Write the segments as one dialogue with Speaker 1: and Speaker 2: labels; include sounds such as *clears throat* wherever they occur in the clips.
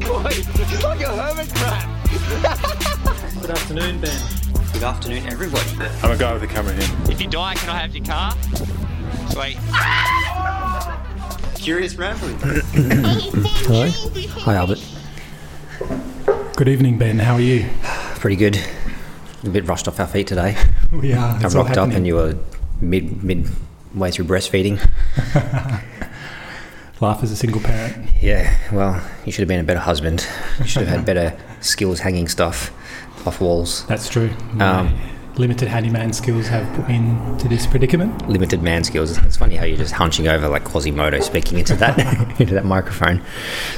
Speaker 1: Boy, it's like a hermit crab.
Speaker 2: Good afternoon, Ben.
Speaker 1: Good afternoon, everybody.
Speaker 3: I'm a guy with a camera here.
Speaker 4: If you die, can I have your car?
Speaker 1: Sweet. Curious rambling.
Speaker 5: Hello. Hi, Albert.
Speaker 2: Good evening, Ben. How are you?
Speaker 5: Pretty good. A bit rushed off our feet today.
Speaker 2: *laughs* We are.
Speaker 5: I
Speaker 2: It's all
Speaker 5: rocked up and
Speaker 2: happening.
Speaker 5: you were mid mid way through breastfeeding.
Speaker 2: Life as a single parent.
Speaker 5: Yeah. Well, you should have been a better husband. You should have had better skills hanging stuff off walls.
Speaker 2: That's true. My
Speaker 5: Um,
Speaker 2: limited handyman skills have put me into this predicament.
Speaker 5: Limited man skills. It's funny how you're just hunching over like Quasimodo speaking into that
Speaker 2: *laughs*
Speaker 5: into that microphone.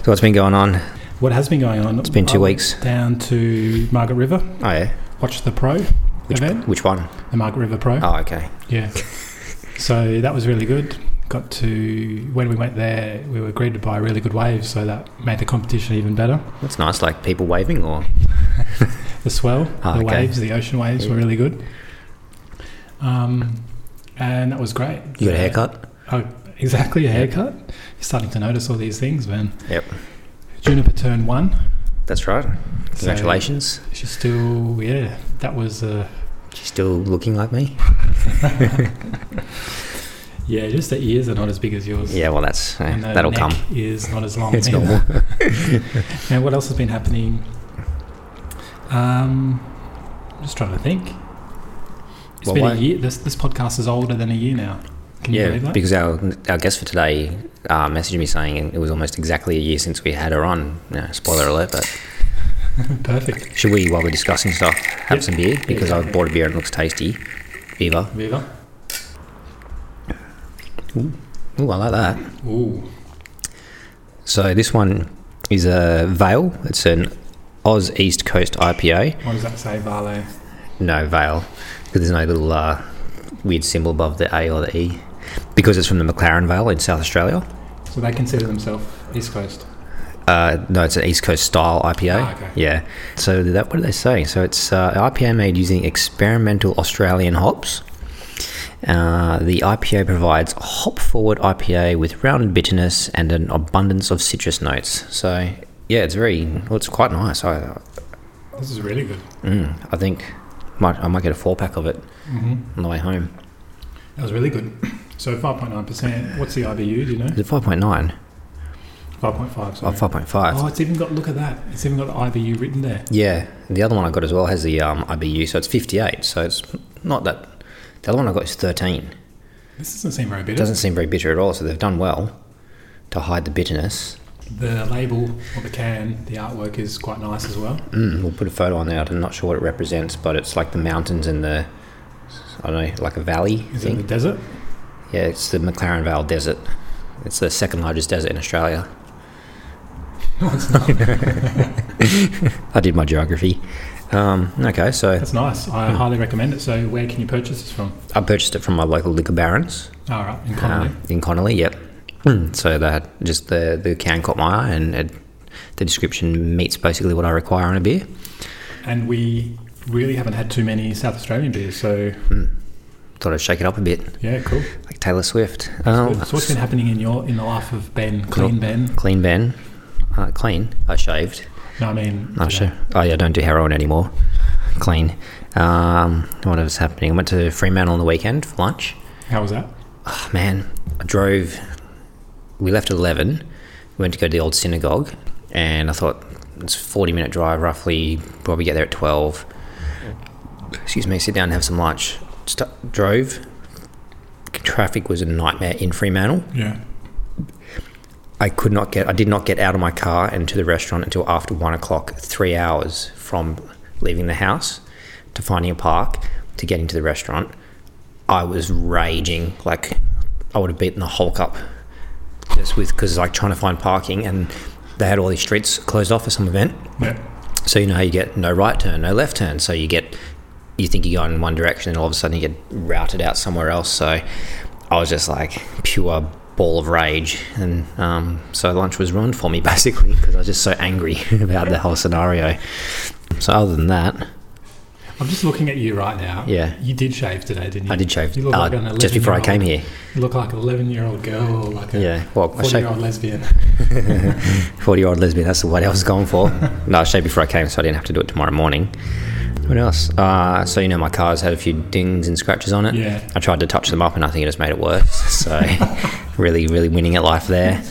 Speaker 5: So what's been going on?
Speaker 2: What has been going on? It's
Speaker 5: been two weeks.
Speaker 2: Down to Margaret River,
Speaker 5: Oh yeah.
Speaker 2: watch the pro
Speaker 5: Which
Speaker 2: event,
Speaker 5: which one?
Speaker 2: the Margaret River Pro.
Speaker 5: Oh okay.
Speaker 2: Yeah. so that was really good. Got to when we went there, we were greeted by a really good wave, so that made the competition even better.
Speaker 5: That's nice. Like people waving or
Speaker 2: the swell,
Speaker 5: Ah,
Speaker 2: the
Speaker 5: okay.
Speaker 2: waves, the ocean waves were really good. Um, and that was great.
Speaker 5: you got a haircut.
Speaker 2: Oh, exactly, a haircut. You're starting to notice all these things, man.
Speaker 5: Yep.
Speaker 2: Juniper turned one.
Speaker 5: That's right. Congratulations.
Speaker 2: So she's still, yeah, that was, uh,
Speaker 5: She's still looking like me.
Speaker 2: yeah, just the ears are not as big as yours.
Speaker 5: Yeah, well, that's eh,
Speaker 2: And the
Speaker 5: that'll
Speaker 2: neck
Speaker 5: come.
Speaker 2: Is not as
Speaker 5: *laughs*
Speaker 2: long.
Speaker 5: It's
Speaker 2: either.
Speaker 5: normal.
Speaker 2: *laughs* And what else has been happening? Um, just trying to think. It's
Speaker 5: Well,
Speaker 2: been
Speaker 5: why-
Speaker 2: a year. This this podcast is older than a year now. Can you
Speaker 5: Yeah,
Speaker 2: believe that?
Speaker 5: because our our guest for today uh, messaged me saying it was almost exactly a year since we had her on. Yeah, spoiler alert, but
Speaker 2: Perfect.
Speaker 5: should we, while we're discussing stuff, have
Speaker 2: Yep.
Speaker 5: some beer? Because
Speaker 2: Yeah.
Speaker 5: I bought a beer and it looks tasty. Viva.
Speaker 2: Viva.
Speaker 5: Ooh, I like that.
Speaker 2: Ooh.
Speaker 5: So this one is a Vale. It's an Oz East Coast IPA.
Speaker 2: What does that say, Vale?
Speaker 5: No, Vale, because there's no little uh, weird symbol above the A or the E. Because it's from the McLaren Vale in South Australia.
Speaker 2: So they consider themselves East Coast.
Speaker 5: Uh, no, it's an East Coast style IPA.
Speaker 2: Ah, okay.
Speaker 5: Yeah. So that what do they say? So it's uh, IPA made using experimental Australian hops. Uh, the IPA provides a hop-forward IPA with rounded bitterness and an abundance of citrus notes. So yeah, it's very well, it's quite nice. I
Speaker 2: This is really good.
Speaker 5: mm, I think might I might get a four pack of it on the way home.
Speaker 2: That was really good. Mm-hmm. *clears throat* So 5.9%. What's the IBU, do you know?
Speaker 5: Is it five point nine
Speaker 2: 5.5,
Speaker 5: or
Speaker 2: sorry.
Speaker 5: five point five?
Speaker 2: Oh, it's even got, look at that. It's even got the IBU written there.
Speaker 5: Yeah, the other one I got as well has the um, IBU, so it's 58. So it's not that. The other one I got is 13.
Speaker 2: This doesn't seem very
Speaker 5: It
Speaker 2: bitter.
Speaker 5: doesn't seem very bitter at all, so they've done well to hide the bitterness.
Speaker 2: The label or the can, the artwork is quite nice as well.
Speaker 5: Mm, we'll put a photo on there. I'm not sure what it represents, but it's like the mountains and the. I don't know, like a valley
Speaker 2: Is it
Speaker 5: thing.
Speaker 2: the desert?
Speaker 5: Yeah, it's the McLaren Vale Desert. It's the second largest desert in
Speaker 2: *laughs*
Speaker 5: Australia. *laughs*
Speaker 2: No, it's not.
Speaker 5: I did my geography. Um, okay, so
Speaker 2: That's nice.
Speaker 5: Hmm.
Speaker 2: I highly recommend it. So where can you purchase this from?
Speaker 5: I purchased it from my local liquor barons.
Speaker 2: All right, in Connolly. Hmm.
Speaker 5: Um, in Connolly, yep. so that just the the can caught my eye, and it, the description meets basically what I require on a beer.
Speaker 2: and we really haven't had too many South Australian beers. So
Speaker 5: Thought I'd shake it up a bit,
Speaker 2: yeah, cool.
Speaker 5: like Taylor Swift. Oh,
Speaker 2: Good. So what's been happening in your in the life of Ben, clean Ben?
Speaker 5: *laughs* clean Ben, uh, clean. I shaved.
Speaker 2: No, I mean,
Speaker 5: I
Speaker 2: today.
Speaker 5: sure. Oh yeah, I don't do heroin anymore. Clean. Um, what was happening? I went to Fremantle on the weekend for lunch.
Speaker 2: How was that?
Speaker 5: Oh, man, I drove. We left at eleven. We went to go to the old synagogue, and I thought it's a forty-minute drive roughly. Probably get there at twelve. Excuse me. Sit down and have some lunch. St- drove. Traffic was a nightmare in Fremantle.
Speaker 2: Yeah.
Speaker 5: I could not get. I did not get out of my car and to the restaurant until after one o'clock. Three hours from leaving the house to finding a park to getting to the restaurant. I was raging like I would have beaten the Hulk up just with because like trying to find parking and they had all these streets closed off for some event.
Speaker 2: Yeah.
Speaker 5: So you know how you get no right turn, no left turn. So you get you think you're going in one direction and all of a sudden you get routed out somewhere else. So I was just like pure ball of rage and um, so lunch was ruined for me *laughs* basically because I was just so angry about the whole scenario. So other than that,
Speaker 2: I'm just looking at you right now.
Speaker 5: Yeah.
Speaker 2: You did shave today, didn't you?
Speaker 5: I did shave
Speaker 2: You look
Speaker 5: uh,
Speaker 2: like an
Speaker 5: just before I came
Speaker 2: 11-year-old
Speaker 5: here.
Speaker 2: You look like an 11 year old girl or like a
Speaker 5: Yeah, well, I
Speaker 2: 40 year old
Speaker 5: shaved *laughs*
Speaker 2: lesbian.
Speaker 5: 40 year old lesbian. That's what I was going
Speaker 2: *laughs*
Speaker 5: for. no, I shaved before I came, so I didn't have to do it tomorrow morning. What else? Uh, so, you know, my car's had a few dings and scratches on it.
Speaker 2: Yeah.
Speaker 5: I tried to touch them up, and I think it just made it worse. *laughs* So, really, really winning at life there.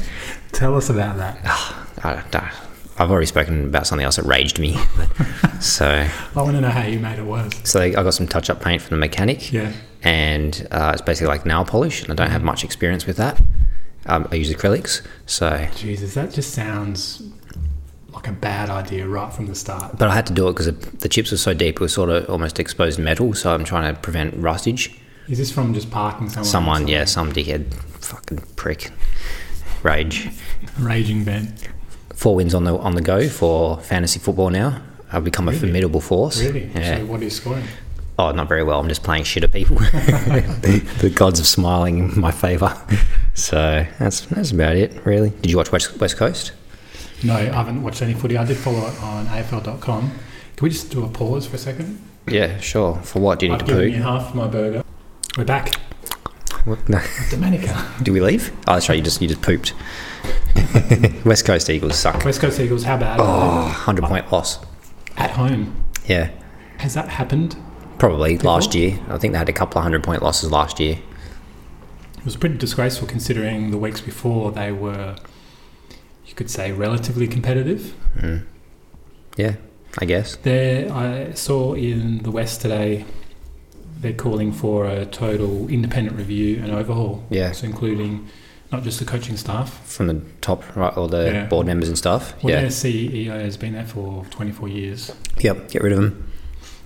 Speaker 2: Tell us about
Speaker 5: Ah.
Speaker 2: that.
Speaker 5: I, I, I've already spoken about something else that raged me.
Speaker 2: *laughs*
Speaker 5: so,
Speaker 2: I want to know how you made it worse.
Speaker 5: so I got some touch up paint from the mechanic.
Speaker 2: Yeah.
Speaker 5: and uh, it's basically like nail polish, and I don't have much experience with that. Um, I use acrylics, so
Speaker 2: Jesus, that just sounds like a bad idea right from the start.
Speaker 5: but I had to do it because the chips were so deep, it was sort of almost exposed metal. So I'm trying to prevent rustage.
Speaker 2: Is this from just parking somewhere?
Speaker 5: Someone, yeah, some dickhead, fucking prick, rage.
Speaker 2: Raging Ben.
Speaker 5: Four wins on the on the go for fantasy football now. I've become a
Speaker 2: Really?
Speaker 5: formidable force.
Speaker 2: Really?
Speaker 5: Yeah.
Speaker 2: So what are you scoring?
Speaker 5: Oh, not very well. I'm just playing shit at people. *laughs* the, the gods of smiling in my favour. *laughs* So that's that's about it, really. Did you watch West, West Coast?
Speaker 2: No, I haven't watched any footy. I did follow it on AFL.com. Can we just do a pause for a second?
Speaker 5: Yeah, sure. For what? Do you need
Speaker 2: I've
Speaker 5: to
Speaker 2: given you
Speaker 5: poo?
Speaker 2: half my burger. We're back.
Speaker 5: What? *laughs* No.
Speaker 2: Dominica.
Speaker 5: Do we leave? Oh, that's right. You just you just pooped. *laughs* West Coast Eagles suck.
Speaker 2: West Coast Eagles, how bad?
Speaker 5: Oh, 100 point loss.
Speaker 2: At home.
Speaker 5: Yeah,
Speaker 2: Has that happened?
Speaker 5: probably last year. I think they had a couple of hundred point losses last year.
Speaker 2: It was pretty disgraceful considering the weeks before they were, you could say, relatively competitive.
Speaker 5: Mm. Yeah, I guess.
Speaker 2: There, I saw in the West today, they're calling for a total independent review and overhaul.
Speaker 5: Yeah,
Speaker 2: So including not just the coaching staff.
Speaker 5: from the top right, all the
Speaker 2: Yeah.
Speaker 5: board members and stuff.
Speaker 2: Well,
Speaker 5: yeah.
Speaker 2: their CEO has been there for 24 years.
Speaker 5: Yep. Get rid of them.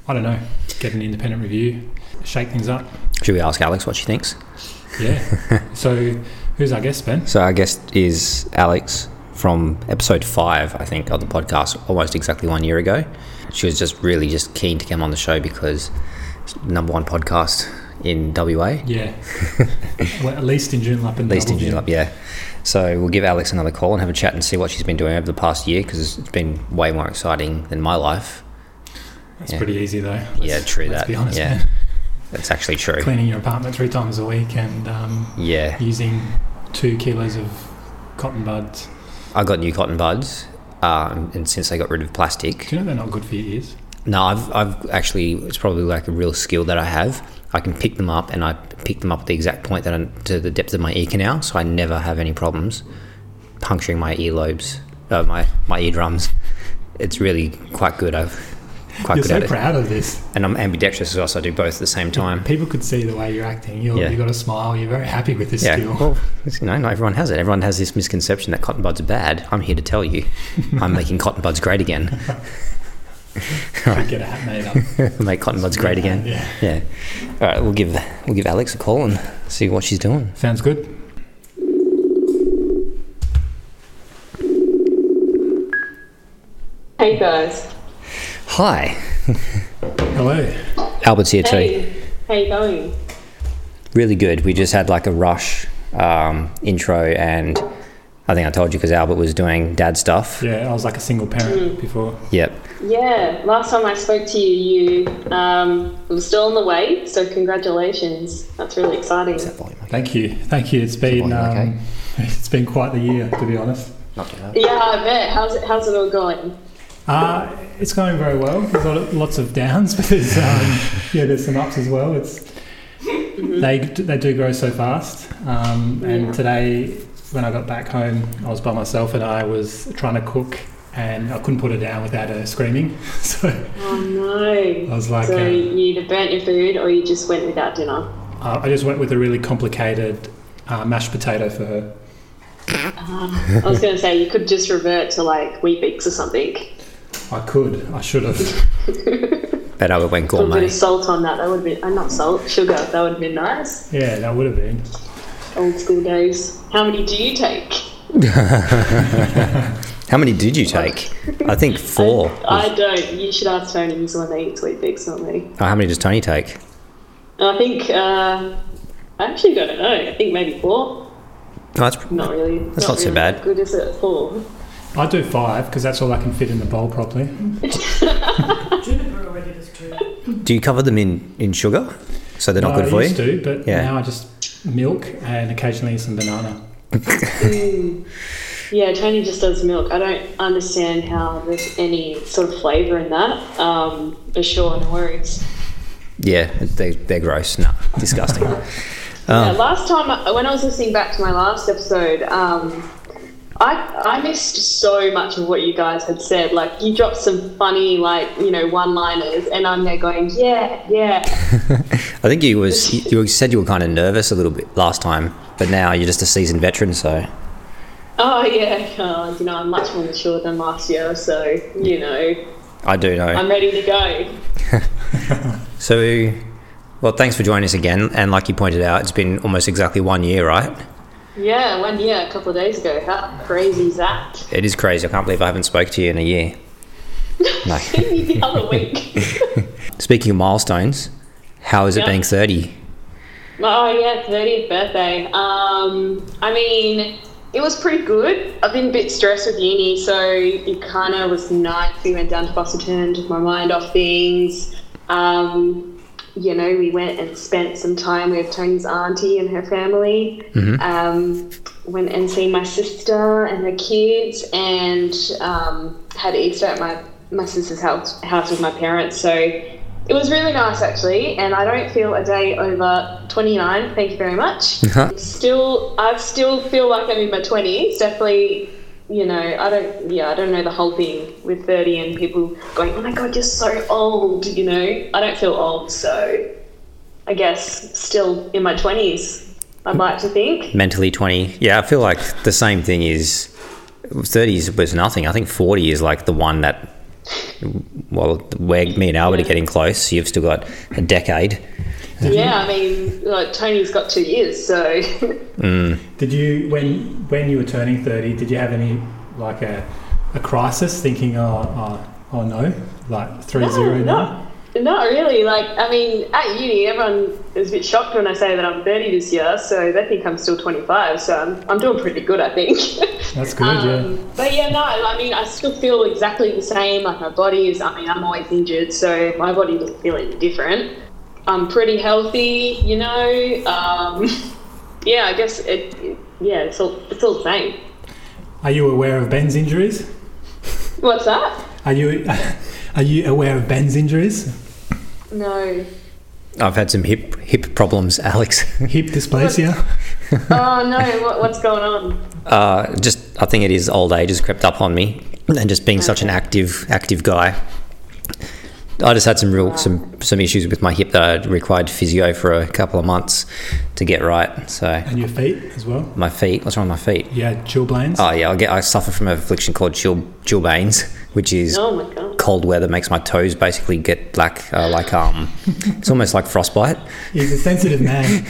Speaker 2: I don't know. Get an independent review, shake things up.
Speaker 5: Should we ask Alex what she thinks?
Speaker 2: *laughs* Yeah. so, who's our guest, Ben?
Speaker 5: So our guest is Alex from episode five, I think, of the podcast, almost exactly one year ago. She was just really just keen to come on the show because it's the number one podcast in WA, *laughs*
Speaker 2: Yeah. well, at least in Joondalup and
Speaker 5: at least in
Speaker 2: Double
Speaker 5: Joondalup, yeah. So we'll give Alex another call and have a chat and see what she's been doing over the past year because it's been way more exciting than my life.
Speaker 2: That's
Speaker 5: Yeah.
Speaker 2: pretty easy, though.
Speaker 5: Yeah, true
Speaker 2: let's
Speaker 5: that.
Speaker 2: Be honest,
Speaker 5: Yeah.
Speaker 2: *laughs* man.
Speaker 5: That's actually true.
Speaker 2: Cleaning your apartment three times a week and um,
Speaker 5: Yeah.
Speaker 2: using two kilos of cotton buds.
Speaker 5: I got new cotton buds. Um, and since I got rid of plastic,
Speaker 2: Do you know they're not good for your ears?
Speaker 5: No, I've, I've actually, it's probably like a real skill that I have. I can pick them up and I pick them up at the exact point that I'm to the depth of my ear canal, so I never have any problems puncturing my earlobes, uh, my, my eardrums. It's really quite good. I've quite
Speaker 2: You're
Speaker 5: good
Speaker 2: so
Speaker 5: at
Speaker 2: proud of this.
Speaker 5: it. And I'm ambidextrous as well, so I do both at the same time.
Speaker 2: People could see the way you're acting. You're,
Speaker 5: Yeah.
Speaker 2: You've got a smile. You're very happy with this
Speaker 5: Yeah, *laughs*
Speaker 2: skill.
Speaker 5: well, you know, not everyone has it. Everyone has this misconception that cotton buds are bad. I'm here to tell you, I'm making cotton buds great again. *laughs*
Speaker 2: Should get a hat made up.
Speaker 5: Make cotton buds great again.
Speaker 2: Yeah.
Speaker 5: Yeah. All right, we'll give we'll give Alex a call and see what she's doing.
Speaker 2: Sounds good.
Speaker 3: Hey guys.
Speaker 5: Hi,
Speaker 2: Hello.
Speaker 5: Albert's here too.
Speaker 3: Hey. How you going?
Speaker 5: Really good. We just had like a rush um, intro, and I think I told you because Albert was doing dad stuff.
Speaker 2: Yeah, I was like a single parent before.
Speaker 5: Yep.
Speaker 3: Yeah. Last time I spoke to you, you um, it was still on the way. So congratulations. That's really exciting.
Speaker 2: Thank you, thank you. It's been
Speaker 5: volume okay?
Speaker 2: um, *laughs* it's been quite the year, to be honest.
Speaker 5: Not too loud.
Speaker 3: Yeah, I bet. How's it? How's it all going?
Speaker 2: Uh, it's going very well. There's a lot- lots of downs, *laughs* but there's um, yeah, there's some ups as well. It's they they do grow so fast. Um, and today, when I got back home, I was by myself and I was trying to cook, and I couldn't put her down without her screaming. *laughs* So
Speaker 3: Oh
Speaker 2: I
Speaker 3: no.
Speaker 2: was like,
Speaker 3: so
Speaker 2: uh,
Speaker 3: you either burnt your food or you just went without dinner.
Speaker 2: I I just went with a really complicated uh, mashed potato for her.
Speaker 3: I was going to say you could just revert to like Weet-Bix or something.
Speaker 2: I could, I should have. *laughs*
Speaker 5: But Albert went
Speaker 2: Oh,
Speaker 3: A little bit
Speaker 5: gourmet.
Speaker 3: of salt on that. That would be uh, not salt, sugar. That would have been nice.
Speaker 2: Yeah, that would have been.
Speaker 3: Old school days. How many do you take?
Speaker 5: How many did you take? I think four.
Speaker 3: I don't. You should ask Tony. He's the one that eats Weet-Bix, not me.
Speaker 5: Oh, how many does Tony take?
Speaker 3: I think uh, I actually don't know. I think maybe four.
Speaker 5: No, Oh, that's
Speaker 3: Not really.
Speaker 5: That's not so
Speaker 3: really
Speaker 5: bad.
Speaker 3: Good is it four?
Speaker 2: I do five because that's all I can fit in the bowl properly.
Speaker 4: Juniper already does too.
Speaker 5: Do you cover them in, in sugar so they're not
Speaker 2: No,
Speaker 5: good for
Speaker 2: I
Speaker 5: you?
Speaker 2: used to, but
Speaker 5: Yeah.
Speaker 2: now I just milk and occasionally some banana.
Speaker 5: Hmm.
Speaker 3: Mm. Yeah, Tony just does milk. I don't understand how there's any sort of flavour in that. Um, but sure, no worries.
Speaker 5: Yeah, they, they're gross. No, disgusting.
Speaker 2: *laughs*
Speaker 5: Oh.
Speaker 3: Yeah, last time, I- when I was listening back to my last episode, um, I I missed so much of what you guys had said. Like you dropped some funny, like you know, one-liners, and I'm there going, yeah, yeah.
Speaker 5: I think you was you you said you were kind of nervous a little bit last time, but now you're just a seasoned veteran, so
Speaker 3: Oh yeah, oh, you know, I'm much more mature than last year, so you know,
Speaker 5: I do know.
Speaker 3: I'm ready to go.
Speaker 5: so, well, thanks for joining us again. And like you pointed out, it's been almost exactly one year, right?
Speaker 3: Yeah, one year, a couple of days ago. How crazy is that?
Speaker 5: It is crazy. I can't believe I haven't spoke to you in a year. No.
Speaker 3: *laughs* the other week.
Speaker 5: Speaking of milestones, how is it
Speaker 3: Yeah.
Speaker 5: being 30?
Speaker 3: Oh yeah, thirtieth birthday. Um, I mean, it was pretty good. I've been a bit stressed with uni, so it kind of was nice. We went down to Busselton, took my mind off things. Um, you know, we went and spent some time with Tony's auntie and her family. Um, went and seen my sister and her kids, and um, had Easter at my my sister's house house with my parents. So it was really nice, actually, and I don't feel a day over 29. Thank you very much. still, I still feel like I'm in my 20s. Definitely, you know, I don't, yeah, I don't know the whole thing with 30 and people going, oh my god, you're so old, you know. I don't feel old, so I guess still in my 20s, I'd like to think.
Speaker 5: Mentally 20. Yeah, I feel like the same thing is 30s was nothing. I think 40 is like the one that, well, where me and Albert are getting close. You've still got a decade.
Speaker 3: Yeah, I mean, like, Tony's got two years, so
Speaker 2: Did you when when you were turning thirty? Did you have any like a a crisis thinking oh oh, oh no like three zero now?
Speaker 3: No, *laughs* not really. Like, I mean, at uni, everyone is a bit shocked when I say that I'm 30 this year, so they think I'm still 25. So I'm, I'm doing pretty good, I think.
Speaker 2: That's good.
Speaker 3: um, But yeah, no, I mean, I still feel exactly the same. Like, my body is, I mean, I'm always injured, so my body doesn't feel any different. I'm pretty healthy, you know. Um, *laughs* yeah, I guess it, it- yeah, it's all, it's all the same.
Speaker 2: yeah. Are you aware of Ben's injuries?
Speaker 3: What's that?
Speaker 2: Are you *laughs* are you aware of Ben's injuries?
Speaker 3: No.
Speaker 5: I've had some hip hip problems, *laughs* Alex.
Speaker 2: Hip
Speaker 3: *laughs*
Speaker 2: dysplasia.
Speaker 3: Oh, no, what, what's going on?
Speaker 5: Uh, just I think it is old age has crept up on me, and just being such an active active guy. I just had some real some some issues with my hip that I required physio for a couple of months to get right. So
Speaker 2: And your feet as well.
Speaker 5: my feet, what's wrong with my feet?
Speaker 2: Yeah, chilblains.
Speaker 5: Oh yeah, I get I suffer from an affliction called chil chilblains, which is
Speaker 3: Oh, my God.
Speaker 5: cold weather makes my toes basically get like uh, like um, it's almost like frostbite.
Speaker 2: He's a sensitive man.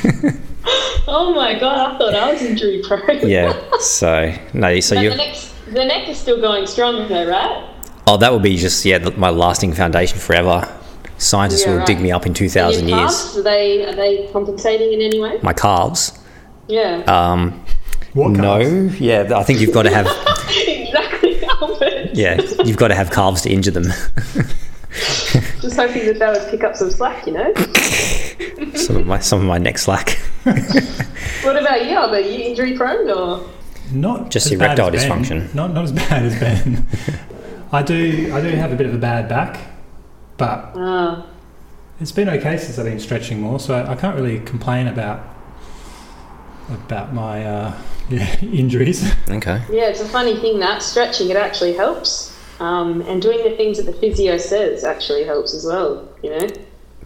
Speaker 3: Oh my god, I thought I was injury prone. *laughs*
Speaker 5: Yeah. So no, so
Speaker 3: But
Speaker 5: you
Speaker 3: the neck, the neck is still going strong though, right?
Speaker 5: Oh, that would be just yeah, th- my lasting foundation forever. Scientists
Speaker 3: Yeah,
Speaker 5: will
Speaker 3: right.
Speaker 5: dig me up in two
Speaker 3: And
Speaker 5: thousand
Speaker 3: your
Speaker 5: years. Uh,
Speaker 3: calves, Are they are they compensating in any way?
Speaker 5: My calves.
Speaker 3: Yeah. *laughs*
Speaker 5: Um,
Speaker 2: What calves?
Speaker 5: *laughs* no, yeah, th- I think you've got to have
Speaker 3: exactly, Albert.
Speaker 5: yeah, you've got to have calves to injure them.
Speaker 3: *laughs*
Speaker 5: *laughs*
Speaker 3: Just hoping that they would pick up some slack, you know.
Speaker 5: some of my some of my neck slack,
Speaker 3: what about you, Albert? you injury prone or?
Speaker 2: Not
Speaker 5: Just
Speaker 2: as bad
Speaker 5: erectile
Speaker 2: as Ben.
Speaker 5: dysfunction.
Speaker 2: Not not as *laughs* bad as Ben. I do I do have a bit of a bad back, but
Speaker 3: Oh,
Speaker 2: It's been okay since I've been stretching more, so I can't really complain about about my uh, *laughs* yeah, injuries.
Speaker 5: Okay.
Speaker 3: yeah, it's a funny thing that stretching it actually helps. Um, and doing the things that the physio says actually helps as well, you know.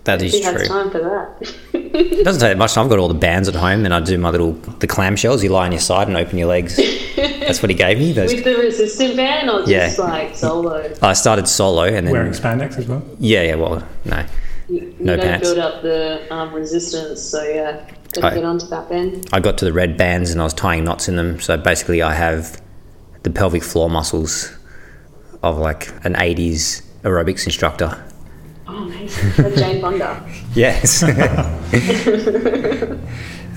Speaker 5: That is
Speaker 3: Who has
Speaker 5: true.
Speaker 3: time for that?
Speaker 5: It doesn't take much time. I've got all the bands at home, and I do my little the clamshells. You lie on your side and open your
Speaker 3: *laughs*
Speaker 5: legs. That's what he gave me. Those.
Speaker 3: With the resistant band or
Speaker 5: Yeah.
Speaker 3: just like solo?
Speaker 5: I started solo, and then
Speaker 2: Wearing spandex as well.
Speaker 5: yeah, yeah. Well, no,
Speaker 3: You,
Speaker 5: No
Speaker 3: you don't
Speaker 5: pants.
Speaker 3: build up the um, resistance, so yeah, gotta
Speaker 5: Aye.
Speaker 3: get onto that then.
Speaker 5: I got to the red bands and I was tying knots in them. So basically, I have the pelvic floor muscles of like an 80s aerobics instructor.
Speaker 3: Oh, amazing.
Speaker 5: *laughs*
Speaker 3: Like Jane Fonda.
Speaker 5: Yes. *laughs*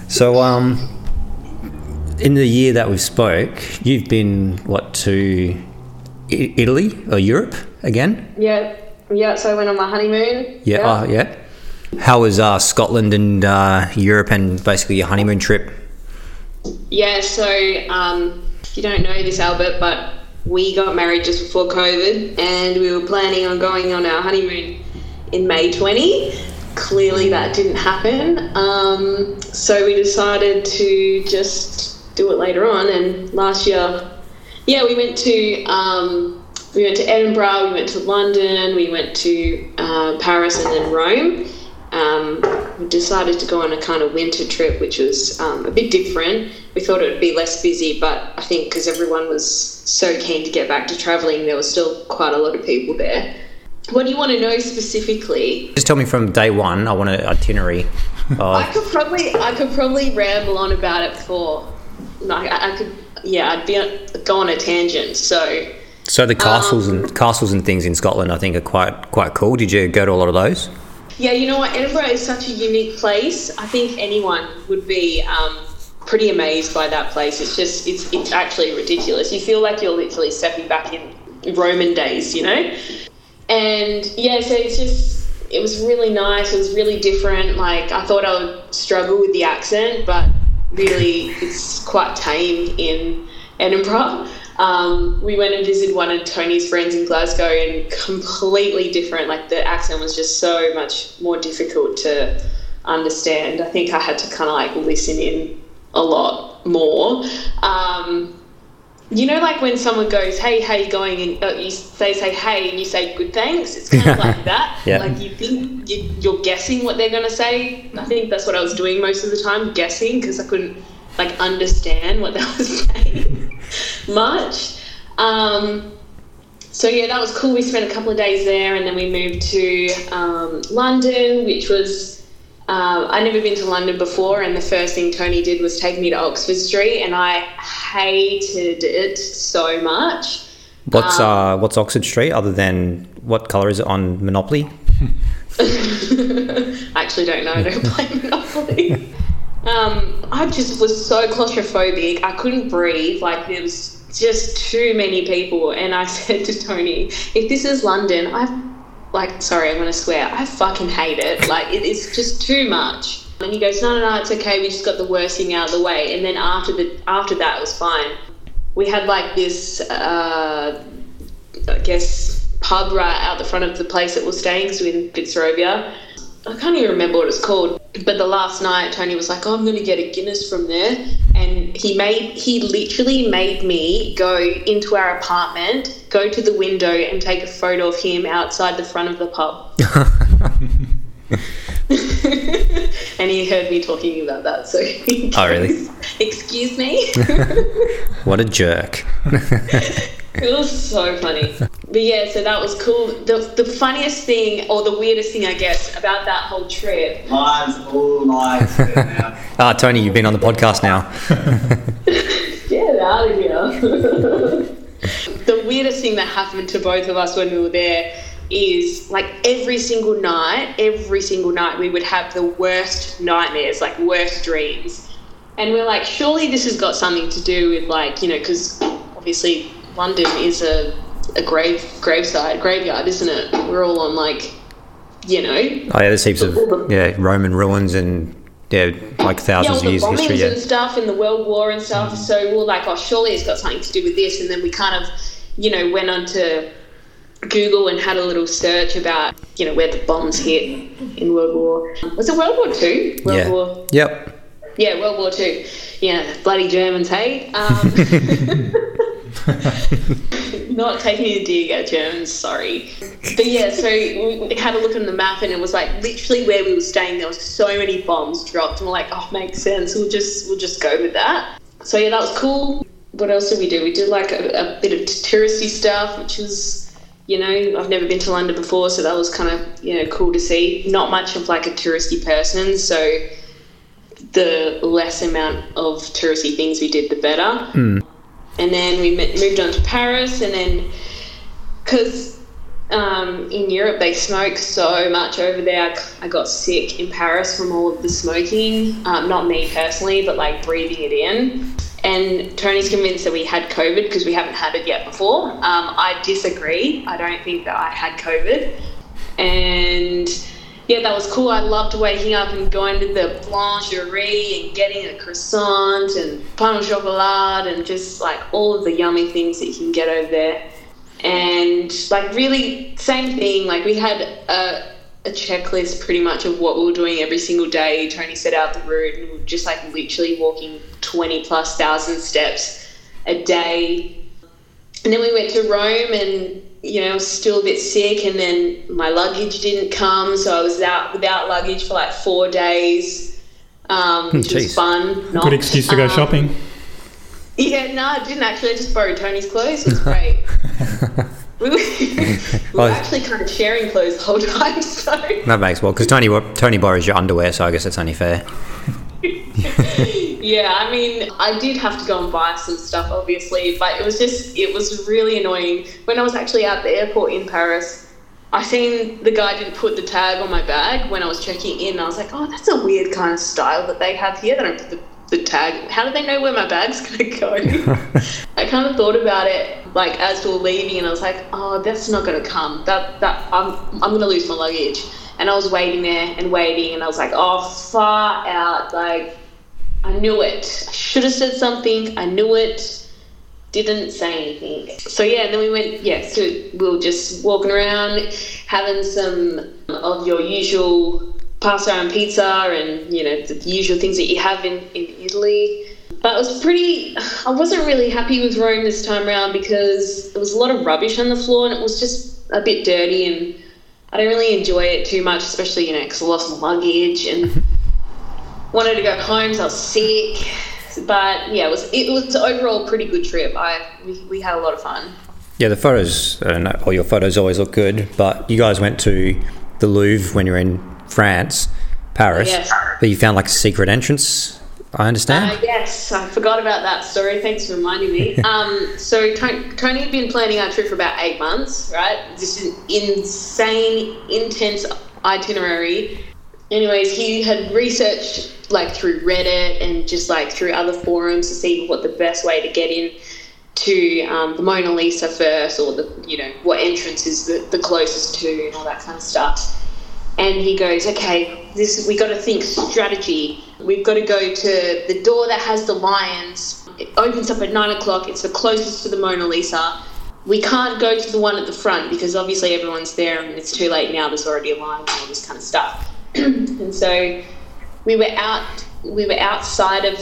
Speaker 5: so, um, in the year that we've spoke, you've been what to I- Italy or Europe again?
Speaker 3: Yeah, Yeah, so I went on my honeymoon.
Speaker 5: Yeah, yeah. Uh, yeah. How was uh, Scotland and uh, Europe and basically your honeymoon trip?
Speaker 3: Yeah, so um, if you don't know this, Albert, but we got married just before COVID and we were planning on going on our honeymoon in May 20. Clearly, that didn't happen. Um, so we decided to just do it later on. And last year, yeah, we went to um, we went to Edinburgh, we went to London, we went to uh, Paris, and then Rome. Um, we decided to go on a kind of winter trip, which was um, a bit different. We thought it would be less busy, but I think because everyone was so keen to get back to travelling, there was still quite a lot of people there. What do you want to know specifically?
Speaker 5: Just tell me from day one. I want an itinerary.
Speaker 3: I
Speaker 5: Uh,
Speaker 3: could probably I could probably ramble on about it for like I, I could yeah I'd be on, go on a tangent. So
Speaker 5: so
Speaker 3: Um,
Speaker 5: the castles and castles and things in Scotland, I think, are quite quite cool. Did you go to a lot of those?
Speaker 3: Yeah, you know what? Edinburgh is such a unique place. I think anyone would be um, pretty amazed by that place. It's just, it's, it's actually ridiculous. You feel like you're literally stepping back in Roman days, you know? And yeah, so it's just, it was really nice. It was really different. Like, I thought I would struggle with the accent, but really, it's quite tame in Edinburgh. Um, we went and visited one of Tony's friends in Glasgow and completely different. Like the accent was just so much more difficult to understand. I think I had to kind of like listen in a lot more. Um, you know, like when someone goes, "Hey, how you going?" and uh, you, s- they say "Hey," and you say "Good, thanks." It's kind of like that.
Speaker 5: Yeah.
Speaker 3: Like you think you, you're guessing what they're gonna say. I think that's what I was doing most of the time, guessing because I couldn't like understand what they were *laughs* saying much. Um, so yeah, that was cool. We spent a couple of days there, and then we moved to um, London, which was um, I'd never been to London before, and the first thing Tony did was take me to Oxford Street, and I hated it so much.
Speaker 5: What's
Speaker 3: Um,
Speaker 5: uh, what's Oxford Street other than what color is it on
Speaker 3: *laughs*
Speaker 5: Monopoly?
Speaker 3: I actually don't know. I don't play Monopoly. Um, I just was so claustrophobic. I couldn't breathe. Like there was just too many people, and I *laughs* said to Tony, "If this is London, I, like, sorry, I'm gonna swear, I fucking hate it. Like it is just too much." And he goes, "No, no, no, it's okay. We just got the worst thing out of the way." And then after the after that, it was fine. We had like this. Uh, I guess, pub right out the front of the place that we're staying, so in Fitzrovia. I can't even remember what it's called. But the last night, Tony was like, "Oh, I'm going to get a Guinness from there," and he made he literally made me go into our apartment, go to the window, and take a photo of him outside the front of the pub. *laughs* and he heard me talking about that, so he
Speaker 5: Oh, really?
Speaker 3: goes, *laughs*
Speaker 5: *laughs*
Speaker 3: Excuse me.
Speaker 5: What a jerk! *laughs*
Speaker 3: It was so funny. But yeah, so that was cool. The, the funniest thing, or the weirdest thing, I guess, about that whole trip.
Speaker 1: Lies, all lies. now.
Speaker 5: Ah, Tony, you've been on the podcast
Speaker 3: *laughs*
Speaker 5: now. Oh,
Speaker 3: Get out of here. the weirdest thing that happened to both of us when we were there is like every single night, every single night, we would have the worst nightmares, like worst dreams. And we're like, surely this has got something to do with like, you know, because obviously London is a, a grave graveside graveyard, isn't it? We're all on like, you
Speaker 5: Oh
Speaker 3: know,
Speaker 5: yeah, there's heaps of yeah Roman ruins and yeah like
Speaker 3: yeah, all
Speaker 5: thousands
Speaker 3: the
Speaker 5: of years of
Speaker 3: bombings
Speaker 5: history.
Speaker 3: and
Speaker 5: Yeah, Mm.
Speaker 3: stuff, and the World War and stuff. So we we're like, oh, surely it's got something to do with this. And then we kind of, you know, went on to Google and had a little search about, you know, where the bombs hit in World War. Was it World War Two? World
Speaker 5: yeah,
Speaker 3: War.
Speaker 5: yep.
Speaker 3: Yeah, World War Two. Yeah, bloody Germans, hey. Um, *laughs* not taking a dig at Germans, sorry. But yeah, so we had a look on the map, and it was like literally where we were staying. There was so many bombs dropped, and we're like, oh, makes sense. We'll just we'll just go with that. So yeah, that was cool. What else did we do? We did like a, a bit of touristy stuff, which was. You know, I've never been to London before, so that was kind of you know cool to see. Not much of like a touristy person, so the less amount of touristy things we did, the better. And then we met, moved on to Paris, and then because um, in Europe they smoke so much over there, I c- I got sick in Paris from all of the smoking. Um, not me personally, but like breathing it in. And Tony's convinced that we had COVID because we haven't had it yet before. Um, I disagree. I don't think that I had COVID. And yeah, that was cool. I loved waking up and going to the blancherie and getting a croissant and pain au chocolat and just like all of the yummy things that you can get over there. And like really, same thing. Like we had a, a checklist pretty much of what we were doing every single day. Tony set out the route and we were just like literally walking 20 plus thousand steps a day and then we went to Rome and you know I was still a bit sick and then my luggage didn't come so I was out without luggage for like four days um, which
Speaker 5: jeez.
Speaker 3: was fun not.
Speaker 2: Good excuse to go
Speaker 3: Um,
Speaker 2: shopping.
Speaker 3: yeah no I didn't actually I just borrowed Tony's clothes it was great we were, *laughs* we were
Speaker 5: Oh.
Speaker 3: actually kind of sharing clothes the whole time *laughs* so
Speaker 5: *laughs* That makes well because Tony Tony borrows your underwear, so I guess it's only fair.
Speaker 3: yeah, I mean, I did have to go and buy some stuff, obviously, but it was just, it was really annoying. When I was actually at the airport in Paris, I seen the guy didn't put the tag on my bag when I was checking in. I was like, oh, that's a weird kind of style that they have here. They don't put the, the tag. How do they know where my bag's going to *laughs* go? I kind of thought about it like as we were leaving, and I was like, "Oh, that's not going to come. That that I'm I'm going to lose my luggage." And I was waiting there and waiting, and I was like, "Oh, far out!" Like I knew it. I should have said something. I knew it. Didn't say anything. So yeah, and then we went. Yeah, so we were just walking around, having some of your usual pasta and pizza, and you know the usual things that you have in in Italy. But it was pretty. I wasn't really happy with Rome this time around because there was a lot of rubbish on the floor and it was just a bit dirty and I don't really enjoy it too much, especially you know because I lost my luggage and wanted to go home. So I was sick. But yeah, it was it was overall a pretty good trip. I we, we had a lot of fun.
Speaker 5: Yeah, the photos I don't know, or your photos always look good, but you guys went to the Louvre when you were in France, Paris,
Speaker 3: Yes.
Speaker 5: but you found like a secret entrance. I understand.
Speaker 3: Uh, yes, I forgot about that story. Thanks for reminding me. um, so Tony, Tony had been planning our trip for about eight months, right? This is an insane, intense itinerary. Anyways, he had researched like through Reddit and just like through other forums to see what the best way to get in to um, the Mona Lisa first, or the you know what entrance is the, the closest to, and all that kind of stuff and he goes, "Okay, this we got to think strategy. We've got to go to the door that has the lions. It opens up at nine o'clock. It's the closest to the Mona Lisa. We can't go to the one at the front because obviously everyone's there and it's too late now. There's already a line and all this kind of stuff. *clears throat* and so we were out. We were outside of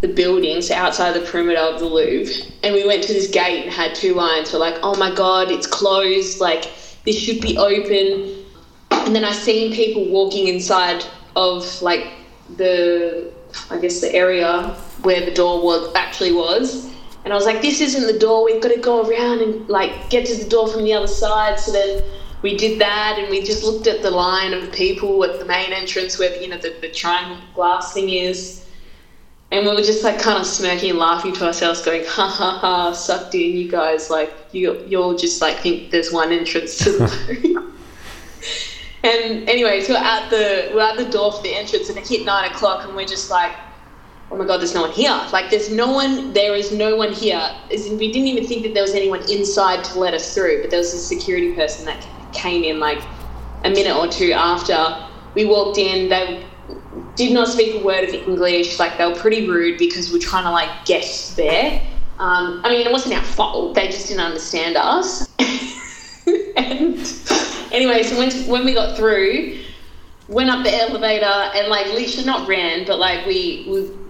Speaker 3: the building, so outside the perimeter of the Louvre, and we went to this gate and had two lions. We're like, "Oh my god, it's closed! Like this should be open." and then I seen people walking inside of like the I guess the area where the door was actually was. And I was like, this isn't the door, we've got to go around and like get to the door from the other side. So then we did that and we just looked at the line of people at the main entrance where you know the, the triangle glass thing is. And we were just like kind of smirking and laughing to ourselves, going, ha ha ha, sucked in, you guys. Like, you, you'll just like think there's one entrance to the And anyway, so we're at the we're at the door for the entrance, and it hit nine o'clock, and we're just like, "Oh my god, there's no one here! Like, there's no one. There is no one here." As in, we didn't even think that there was anyone inside to let us through, but there was a security person that came in like a minute or two after we walked in. They did not speak a word of English. Like, they were pretty rude because we're trying to like get there. Um, I mean, it wasn't our fault. They just didn't understand us. *laughs* and anyway, so when, when we got through, went up the elevator and like literally not ran, but like we,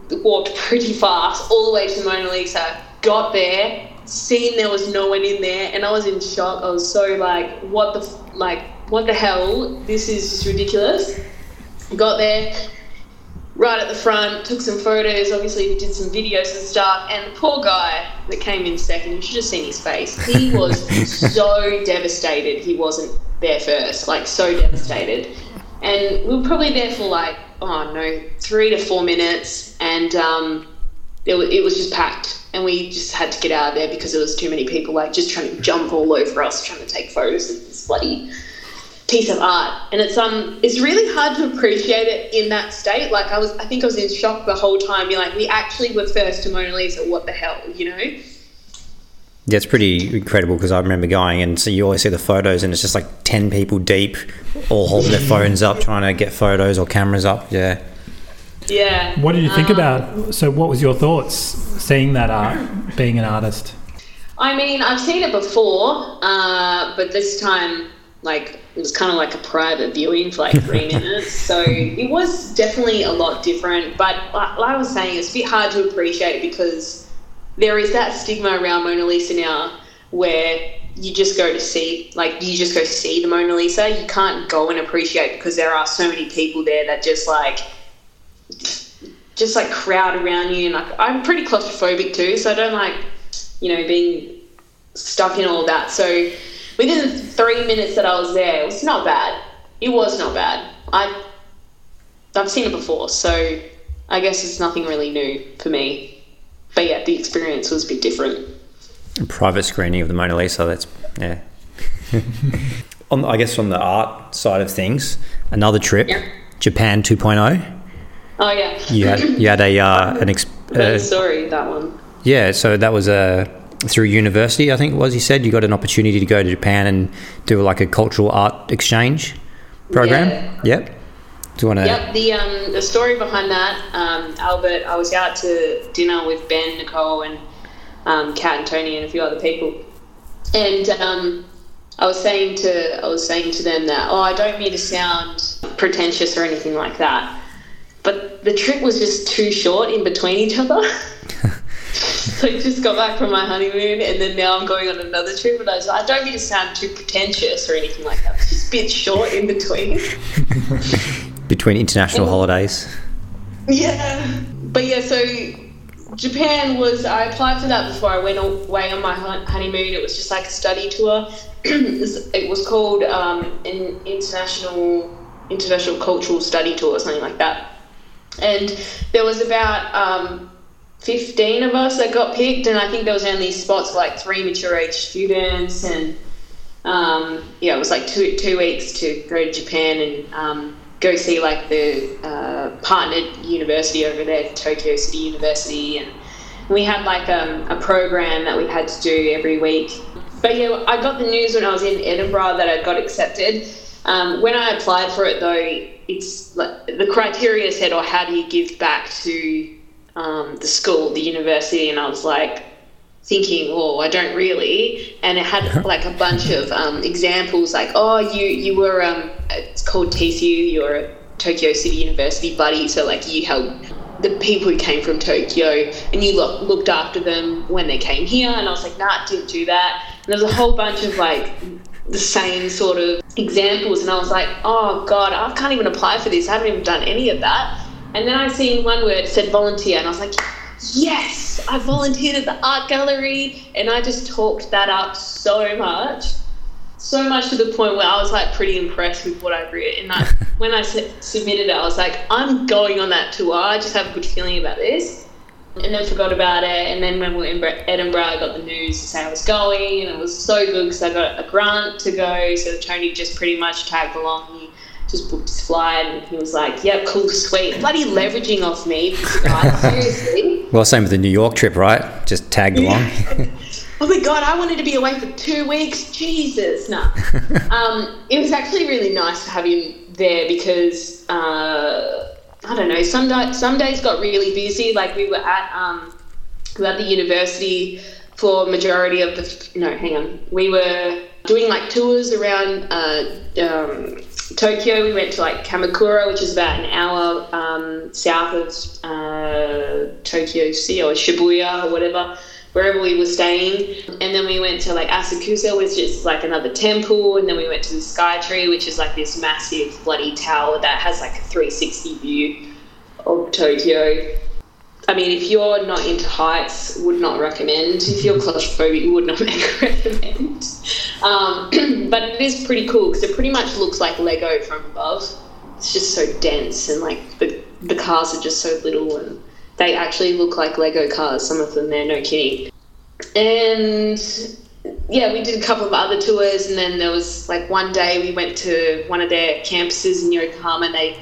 Speaker 3: we walked pretty fast all the way to Mona Lisa. Got there, seen there was no one in there, and I was in shock. I was so like, what the f- like, what the hell? This is just ridiculous. Got there, right at the front, took some photos, obviously we did some videos and stuff, and the poor guy that came in second, you should have seen his face. He was so devastated he wasn't there first, like so devastated. And we were probably there for like, oh no, three to four minutes, and um, it, wa- it was just packed. And we just had to get out of there because there was too many people like just trying to jump all over us, trying to take photos of this bloody piece of art and it's um it's really hard to appreciate it in that state like i was i think i was in shock the whole time you're like we actually were first to mona lisa what the hell you know
Speaker 5: Yeah, it's pretty incredible because I remember going and so you always see the photos and it's just like 10 people deep all holding their phones up trying to get photos or cameras up. Yeah.
Speaker 3: Yeah.
Speaker 2: What did you think
Speaker 3: Um,
Speaker 2: about? So, what was your thoughts seeing that art, being an artist?
Speaker 3: I mean, I've seen it before, uh, but this time, like, it was kind of like a private viewing for like three minutes. So it was definitely a lot different. But like, like I was saying, it's a bit hard to appreciate because there is that stigma around Mona Lisa now where you just go to see, like, you just go see the Mona Lisa. You can't go and appreciate because there are so many people there that just like, just like crowd around you. And like, I'm pretty claustrophobic too, so I don't like, you know, being stuck in all that. So within the three minutes that I was there, it was not bad. It was not bad. I, I've seen it before, so I guess it's nothing really new for me. But yeah, the experience was a bit different.
Speaker 5: private screening of the Mona Lisa. That's yeah. *laughs* on, I guess on the art side of things, another trip,
Speaker 3: Yeah.
Speaker 5: Japan 2.0.
Speaker 3: Oh yeah,
Speaker 5: You had you had a uh, an ex-
Speaker 3: Really
Speaker 5: uh,
Speaker 3: sorry that one.
Speaker 5: yeah. So that was a through university, I think it was. You said you got an opportunity to go to Japan and do like a cultural art exchange program. Yep. Do you want to?
Speaker 3: Yep, the um, the story behind that, um, Albert. I was out to dinner with Ben, Nicole, and um, Kat and Tony, and a few other people, and um, I was saying to I was saying to them that oh, I don't mean to sound pretentious or anything like that, but the trip was just too short in between each other. *laughs* so I just got back from my honeymoon, and then now I'm going on another trip, and I was like, I don't mean to sound too pretentious or anything like that. It's just a bit short in between.
Speaker 5: Between international holidays.
Speaker 3: Yeah. But yeah, so Japan was, I applied for that before I went away on my hon- honeymoon. It was just like a study tour. *clears throat* it was- it was called um, an international international cultural study tour or something like that. And there was about um, 15 of us that got picked, and I think there was only spots for like three mature age students and um, yeah, it was like two two weeks to go to Japan and um, go see like the uh, partnered university over there, Tokyo City University, and we had like um, a program that we had to do every week. But yeah, I got the news when I was in Edinburgh that I got accepted. Um, when I applied for it though, it's like the criteria said, "Or how do you give back to um, the school, the university?" And I was like, thinking, "Oh, I don't really," and it had like a bunch of um, examples, like, "Oh, you you were um, it's called TCU, you're a Tokyo City University buddy, so like you helped the people who came from Tokyo and you lo- looked after them when they came here," and I was like, "Nah, didn't do that." And there's a whole bunch of like the same sort of examples, and I was like, "Oh God, I can't even apply for this. I haven't even done any of that." And then I seen one word it said volunteer, and I was like, yes, I volunteered at the art gallery. And I just talked that up so much, so much to the point where I was like pretty impressed with what I've written. And I, when I s- submitted it, I was like, I'm going on that tour. I just have a good feeling about this. And then forgot about it. And then when we were in Bre- Edinburgh, I got the news to say I was going, and it was so good because I got a grant to go. So Tony just pretty much tagged along. He just booked his flight, and he was like, "Yeah, cool, sweet." Bloody leveraging off me, *laughs* guys. Seriously.
Speaker 5: Well, same with the New York trip, right? Just tagged along.
Speaker 3: oh my god, I wanted to be away for two weeks. Jesus, no. um, it was actually really nice to have him there because uh, I don't know. Some di- some days got really busy. Like we were at um, we were at the university for majority of the no, hang on. We were doing like tours around uh, um, Tokyo. We went to like Kamakura, which is about an hour um, south of uh, Tokyo City or Shibuya or whatever, wherever we were staying. And then we went to like Asakusa, which is like another temple. And then we went to the Sky Tree, which is like this massive bloody tower that has like a 360 view of Tokyo. I mean, if you're not into heights, would not recommend. If you're claustrophobic, would not *laughs* recommend. Um, *clears throat* but it is pretty cool because it pretty much looks like Lego from above. It's just so dense and like the the cars are just so little and they actually look like Lego cars. Some of them, they're no kidding. And yeah, we did a couple of other tours, and then there was like one day we went to one of their campuses in Yokohama, and they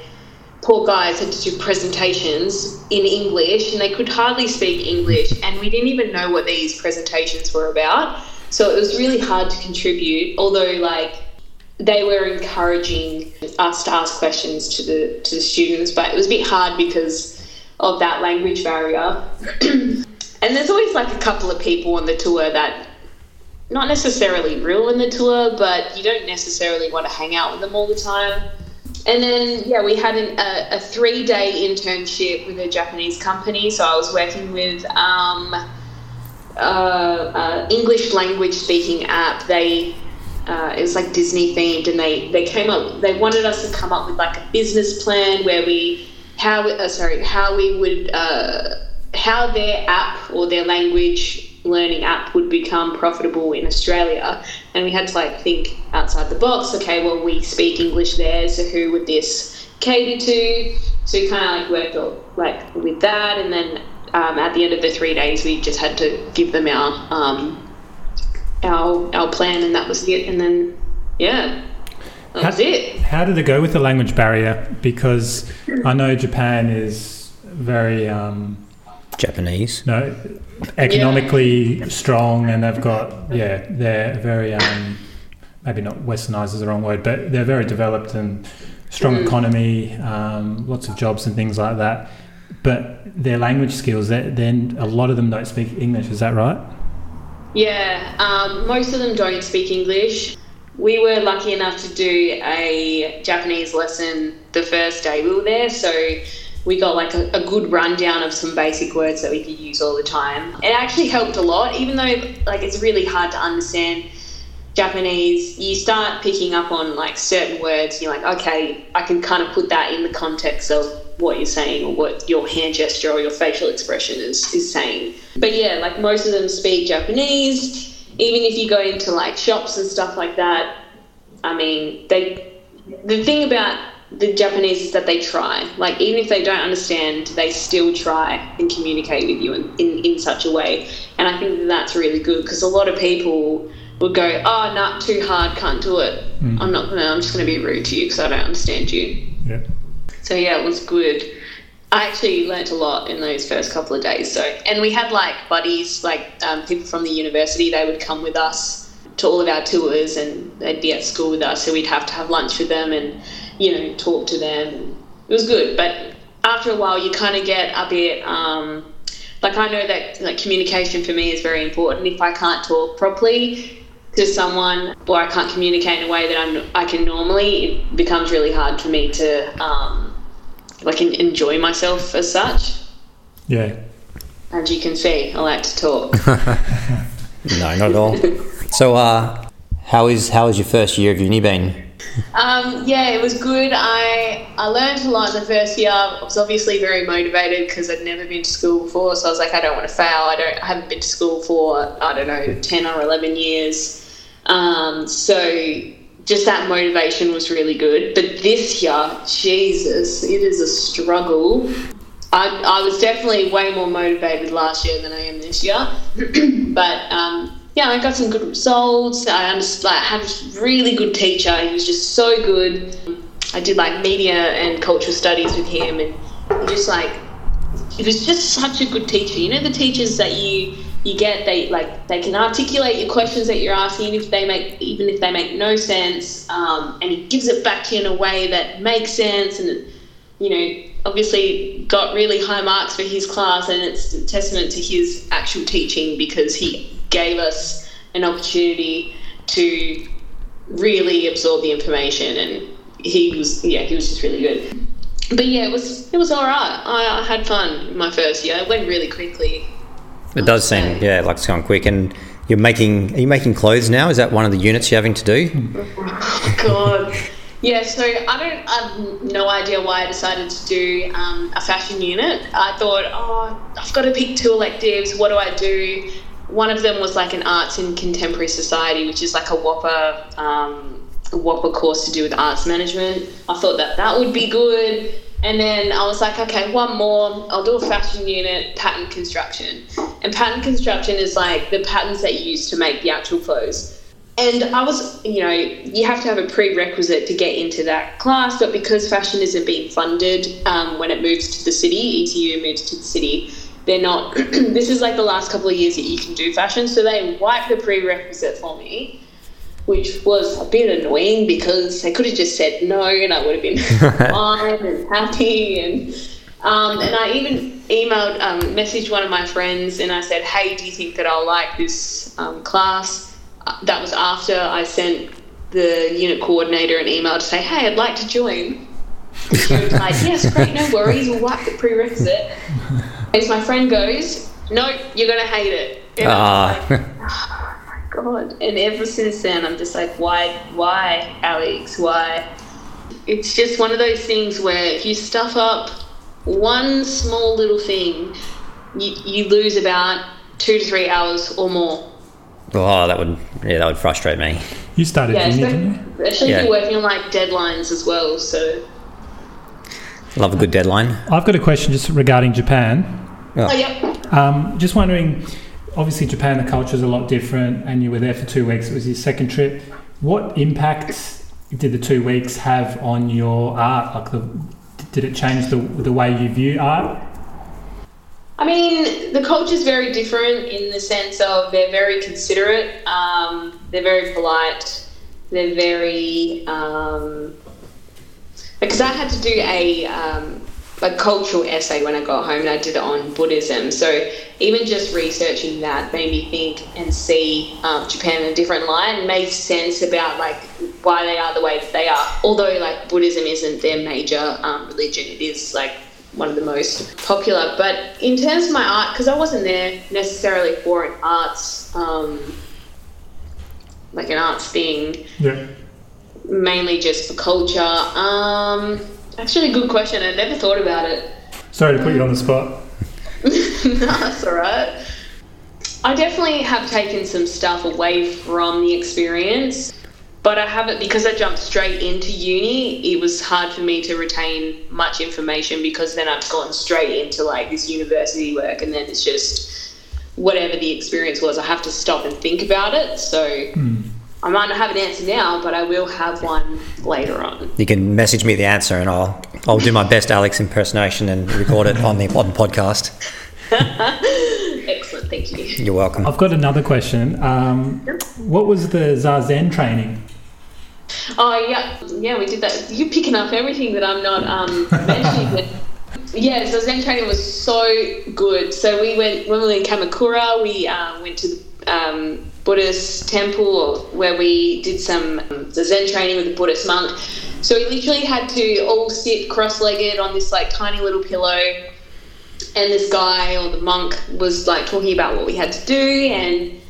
Speaker 3: poor guys had to do presentations in English and they could hardly speak English. And we didn't even know what these presentations were about. So it was really hard to contribute, although, like, they were encouraging us to ask questions to the to the students, but it was a bit hard because of that language barrier. *clears throat* and there's always like a couple of people on the tour that not necessarily ruin the tour, but you don't necessarily want to hang out with them all the time. And then yeah, we had an, a, a three day internship with a Japanese company, so I was working with. Um, uh, uh, English language speaking app. They uh, it was like Disney themed, and they they came up. They wanted us to come up with like a business plan where we how we, uh, sorry how we would uh, how their app or their language learning app would become profitable in Australia, and we had to like think outside the box. Okay, well we speak English there, so who would this cater to? So we kind of like worked all, like with that, and then um, at the end of the three days, we just had to give them our. Um, our our plan, and that was it. And then, yeah, that
Speaker 2: How-
Speaker 3: was it.
Speaker 2: How did it go with the language barrier? Because I know Japan is very um,
Speaker 5: Japanese.
Speaker 2: no economically strong, and they've got yeah, they're very um, maybe not westernized is the wrong word, but they're very developed and strong economy, um, lots of jobs and things like that. But their language skills, they- then a lot of them don't speak English. Is that right?
Speaker 3: Yeah, um, most of them don't speak English. We were lucky enough to do a Japanese lesson the first day we were there, so we got like a, a good rundown of some basic words that we could use all the time. It actually helped a lot, even though like it's really hard to understand Japanese, you start picking up on like certain words. You're like, okay, I can kind of put that in the context of what you're saying or what your hand gesture or your facial expression is, is saying. But yeah, like most of them speak Japanese. Even if you go into like shops and stuff like that, I mean, they. The thing about the Japanese is that they try. Like even if they don't understand, they still try and communicate with you in, in, in such a way. And I think that that's really good because a lot of people would go, "Oh, not too hard, can't do it. I'm not gonna. I'm just gonna be rude to you because I don't understand you."
Speaker 2: Yeah.
Speaker 3: So yeah, it was good. I actually learnt a lot in those first couple of days. So, and we had like buddies, like um, people from the university. They would come with us to all of our tours, and they'd be at school with us. So we'd have to have lunch with them, and you know, talk to them. It was good, but after a while, you kind of get a bit. Um, like I know that like communication for me is very important. If I can't talk properly to someone, or I can't communicate in a way that I'm, I can normally, it becomes really hard for me to. Um, like en- enjoy myself as such.
Speaker 2: Yeah.
Speaker 3: As you can see, I like to talk.
Speaker 5: No, not at all. so, uh, how is how is your first year of uni been?
Speaker 3: um, yeah, it was good. I I learned a lot in the first year. I was obviously very motivated because I'd never been to school before, so I was like, I don't want to fail. I don't I haven't been to school for I don't know ten or eleven years. Um, so just that motivation was really good. But this year, Jesus, it is a struggle. I, I was definitely way more motivated last year than I am this year. but um, yeah, I got some good results. I underst- like, had a really good teacher. He was just so good. I did like media and cultural studies with him, and he just like it was just such a good teacher. You know the teachers that you you get they like they can articulate your questions that you're asking if they make even if they make no sense, um, and he gives it back to you in a way that makes sense and you know obviously got really high marks for his class and it's a testament to his actual teaching because he gave us an opportunity to really absorb the information and he was yeah he was just really good but yeah, it was it was all right. I, I had fun in my first year. It went really quickly.
Speaker 5: It does seem yeah, like it's gone quick. And you're making are you making clothes now? Is that one of the units you're having to do?
Speaker 3: Oh, God. Yeah, so I don't, I've no idea why I decided to do um, a fashion unit. I thought, oh, I've got to pick two electives. What do I do? One of them was like an arts in contemporary society, which is like a whopper, um, a whopper course to do with arts management. I thought that that would be good. And then I was like, okay, one more. I'll do a fashion unit, pattern construction. And pattern construction is like the patterns that you use to make the actual clothes. and I was, you know, you have to have a prerequisite to get into that class, but because fashion isn't being funded um, when it moves to the city, ETU moves to the city, they're not, *clears throat* this is like the last couple of years that you can do fashion, so they wiped the prerequisite for me, which was a bit annoying because they could have just said no and I would have been fine and happy and. Um, and I even emailed, um, messaged one of my friends, and I said, "Hey, do you think that I'll like this um, class?" Uh, That was after I sent the unit coordinator an email to say, "Hey, I'd like to join." And she was like, "Yes, great, no worries. We'll wipe the prerequisite." As my friend goes, "Nope, you're gonna hate it." And I was
Speaker 5: Ah.
Speaker 3: like, "Oh my God, and ever since then, I'm just like, why, why, Alex, why? It's just one of those things where if you stuff up one small little thing, you, you lose about two to three hours or more.
Speaker 5: Oh, that would yeah, that would frustrate me.
Speaker 2: You started
Speaker 3: Yeah,
Speaker 2: uni,
Speaker 3: especially,
Speaker 2: didn't you?
Speaker 3: especially if
Speaker 5: Yeah.
Speaker 3: you're working on like deadlines as well. So,
Speaker 5: Love a good deadline.
Speaker 2: I've got a question just regarding Japan.
Speaker 3: oh yep,
Speaker 2: Um, just wondering, obviously Japan, the culture is a lot different, and you were there for two weeks. It was your second trip. What impact did the two weeks have on your art? Like, the, did it change the the way you view art?
Speaker 3: I mean, the culture's very different in the sense of they're very considerate, um, they're very polite, they're very. Um, because I had to do a, um, a cultural essay when I got home and I did it on Buddhism. So even just researching that made me think and see um, Japan in a different light and made sense about like why they are the way that they are. Although like Buddhism isn't their major um, religion, it is like one of the most popular. But in terms of my art, because I wasn't there necessarily for an arts, um, like an arts thing,
Speaker 2: Yeah.
Speaker 3: mainly just for culture. Um, actually, a good question. I never thought about it. *laughs*
Speaker 2: Sorry to put you on the spot.
Speaker 3: no, that's all right. I definitely have taken some stuff away from the experience, but I haven't because I jumped straight into uni. It was hard for me to retain much information because then I've gone straight into like this university work, and then it's just whatever the experience was. I have to stop and think about it. So I might not have an answer now, but I will have one later on.
Speaker 5: You can message me the answer, and I'll I'll do my best Alex impersonation and record it on the on the podcast.
Speaker 3: Excellent, thank you.
Speaker 5: You're welcome.
Speaker 2: I've got another question. Um, what was the zazen training?
Speaker 3: Oh yeah, yeah, we did that. You're picking up everything that I'm not um, mentioning. but- yeah, so Zen training was so good. So we went when we were in Kamakura. We uh, went to the um, Buddhist temple where we did some um, the Zen training with a Buddhist monk. So we literally had to all sit cross-legged on this like tiny little pillow and this guy or the monk was like talking about what we had to do and and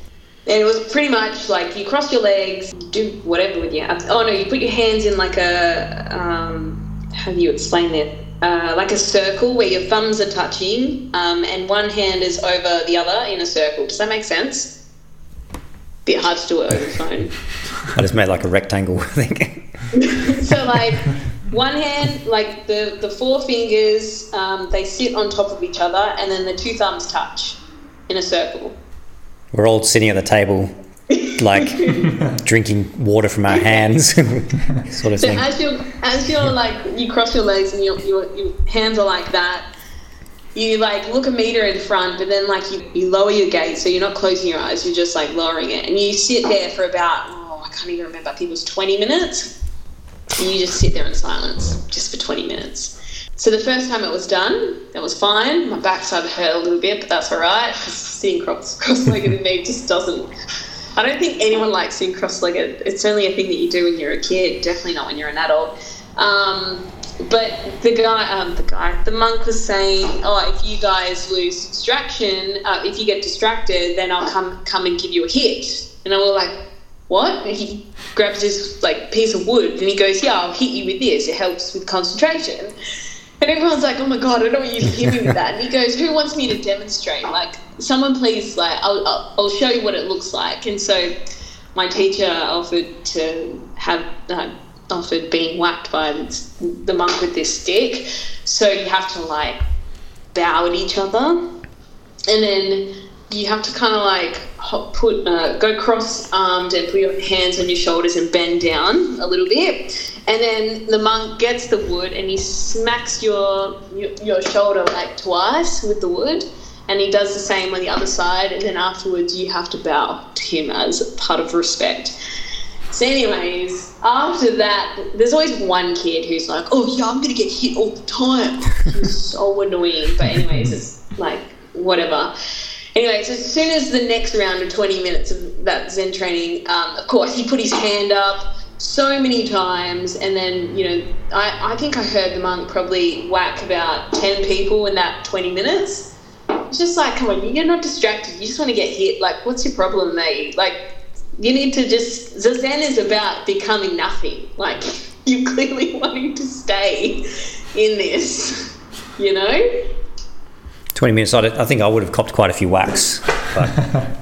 Speaker 3: it was pretty much like you cross your legs do whatever with your oh no you put your hands in like a um, how do you explain that uh, like a circle where your thumbs are touching um, and one hand is over the other in a circle does that make sense bit hard to do it over the phone
Speaker 5: I just made like a rectangle. *laughs* I think.
Speaker 3: so like one hand like the the four fingers um, they sit on top of each other and then the two thumbs touch in a circle
Speaker 5: We're all sitting at the table, like drinking water from our hands, *laughs* sort of
Speaker 3: so
Speaker 5: thing.
Speaker 3: *laughs* as you as you're like you cross your legs and your, your your hands are like that you like look a meter in front but then like you, you lower your gaze so you're not closing your eyes you're just like lowering it and you sit there for about oh i can't even remember i think it was 20 minutes and you just sit there in silence just for 20 minutes so the first time it was done, it was fine. My backside hurt a little bit, but that's all right because sitting cross *laughs* cross-legged in me just doesn't. I don't think anyone likes sitting cross-legged. It's only a thing that you do when you're a kid. Definitely not when you're an adult. Um, but the guy, um, the guy, the monk was saying, "Oh, if you guys lose distraction, uh, if you get distracted, then I'll come come and give you a hit." And I was like, "What?" And he grabs this like piece of wood and he goes, "Yeah, I'll hit you with this. It helps with concentration." And everyone's like, "Oh my god, I don't want you to hit me with that." And he goes, "Who wants me to demonstrate? Like, someone please, like, I'll, I'll, I'll show you what it looks like." And so, my teacher offered to have uh, offered being whacked by this- the monk with this stick. So you have to like bow at each other, and then you have to kind of like ho- put uh, go cross-armed and put your hands on your shoulders and bend down a little bit. And then the monk gets the wood and he smacks your your, your shoulder like twice with the wood. And he does the same on the other side, and then afterwards you have to bow to him as part of respect. So, anyways, after that, there's always one kid who's like, "Oh yeah, I'm gonna get hit all the time." He's so annoying. But anyways, it's like whatever. Anyways, as soon as the next round of 20 minutes of that Zen training, um, of course, he put his hand up so many times, and then you know, I, I think I heard the monk probably whack about 10 people in that 20 minutes. It's just like, come on, you're not distracted. You just want to get hit. Like, what's your problem, mate? Like, you need to just zazen is about becoming nothing like *laughs* you clearly *laughs* wanting to stay in this you know
Speaker 5: 20 minutes, I, I think I would have copped quite a few whacks. But
Speaker 3: I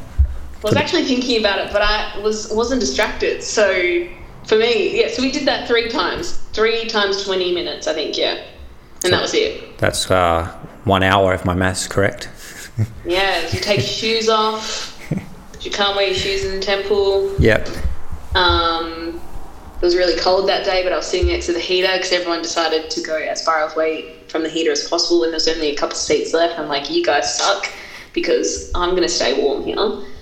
Speaker 3: was actually thinking about it, but I was wasn't distracted. So for me, yeah. So we did that three times, three times twenty minutes, I think. Yeah, and that was it.
Speaker 5: that's uh, one hour if my math's correct.
Speaker 3: Yeah, you take your shoes off. You can't wear your shoes in the temple.
Speaker 5: Yep.
Speaker 3: Um, it was really cold that day, but I was sitting next to the heater because everyone decided to go as far away from the heater as possible. When there was only a couple of seats left, I'm like, "You guys suck," because I'm gonna stay warm here.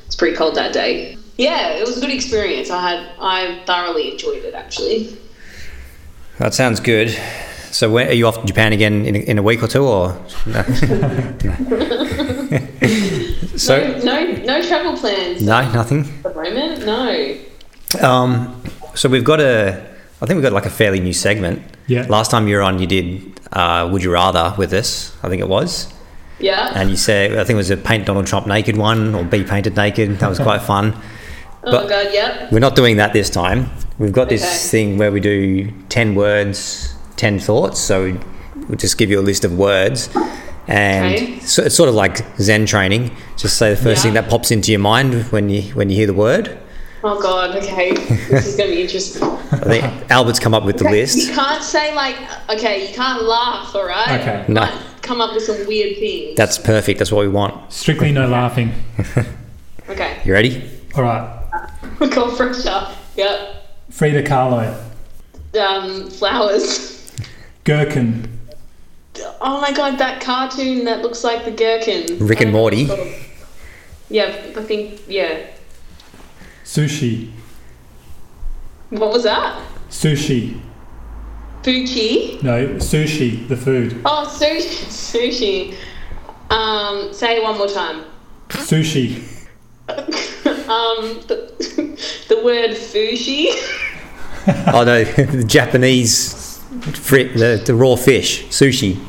Speaker 3: It's pretty cold that day. Yeah, it was a good experience. I had, I thoroughly enjoyed it actually.
Speaker 5: That sounds good. So, where, are you off to Japan again in a, in a week or two, or? *laughs* No. so,
Speaker 3: no, no, no travel plans
Speaker 5: no, nothing.
Speaker 3: at the moment. No.
Speaker 5: Um, so we've got a, I think we've got like a fairly new segment.
Speaker 2: Yeah.
Speaker 5: Last time you were on, you did uh, "Would You Rather" with us, I think it was,
Speaker 3: Yeah.
Speaker 5: and you said I think it was a paint Donald Trump naked one or be painted naked. That was quite *laughs* fun.
Speaker 3: oh my god. Yep.
Speaker 5: We're not doing that this time. We've got this
Speaker 3: Okay.
Speaker 5: thing where we do ten words, ten thoughts. So we'll just give you a list of words, and
Speaker 3: Okay.
Speaker 5: so it's sort of like Zen training. Just say the first
Speaker 3: Yeah.
Speaker 5: thing that pops into your mind when you when you hear the word.
Speaker 3: Oh god. Okay. This is gonna be interesting.
Speaker 5: I think Albert's come up with *laughs* the list.
Speaker 3: You can't say like, okay, you can't laugh. All right.
Speaker 2: Okay.
Speaker 5: No.
Speaker 3: Can't Come up with some weird things.
Speaker 5: That's perfect. That's what we want.
Speaker 2: Strictly no laughing.
Speaker 3: okay. *laughs*
Speaker 5: You ready? *laughs*
Speaker 2: All right.
Speaker 3: Cold pressure. Yep.
Speaker 2: Frida Kahlo,
Speaker 3: Um, flowers.
Speaker 2: Gherkin,
Speaker 3: Oh my god, that cartoon that looks like the gherkin.
Speaker 5: Rick and Morty.
Speaker 3: Yeah, I think yeah.
Speaker 2: sushi,
Speaker 3: What was that?
Speaker 2: sushi.
Speaker 3: Poochie.
Speaker 2: No, sushi, the food.
Speaker 3: Oh, sushi. *laughs* Sushi. Um, say it one more time. *laughs*
Speaker 2: Sushi,
Speaker 3: um, the, the *laughs* word fushi.
Speaker 5: Oh no, *laughs* the Japanese fri the, the raw fish, sushi.
Speaker 3: *laughs*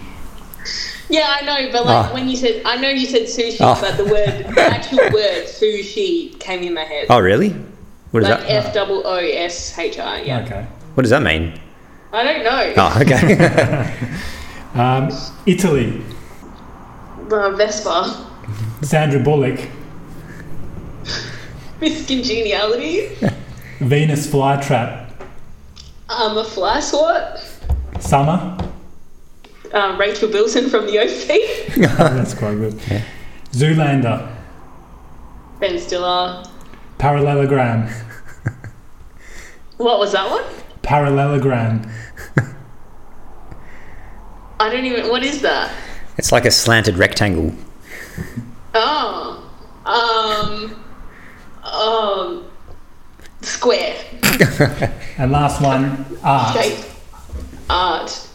Speaker 3: Yeah, I know, but like
Speaker 5: Ah.
Speaker 3: when you said, I know you said sushi,
Speaker 5: Ah.
Speaker 3: but the word, the actual
Speaker 5: *laughs*
Speaker 3: word fushi came in my head.
Speaker 5: Oh really? What does
Speaker 3: like
Speaker 5: that
Speaker 3: F double O S H I. Yeah.
Speaker 2: okay.
Speaker 5: What does that mean?
Speaker 3: I don't know.
Speaker 5: Oh okay. *laughs*
Speaker 2: Um, Italy,
Speaker 3: Uh, Vespa. *laughs*
Speaker 2: Sandra Bullock,
Speaker 3: Miss Congeniality.
Speaker 2: Venus flytrap,
Speaker 3: Um, a fly swat.
Speaker 2: summer.
Speaker 3: Um, Rachel Bilson from the OC.
Speaker 2: That's quite good. Zoolander,
Speaker 3: ben Stiller.
Speaker 2: parallelogram,
Speaker 3: What was that one?
Speaker 2: parallelogram,
Speaker 3: I don't even. What is that?
Speaker 5: it's like a slanted rectangle.
Speaker 3: Oh. Um. Um. Square.
Speaker 2: and last one, art.
Speaker 3: Shape. Art.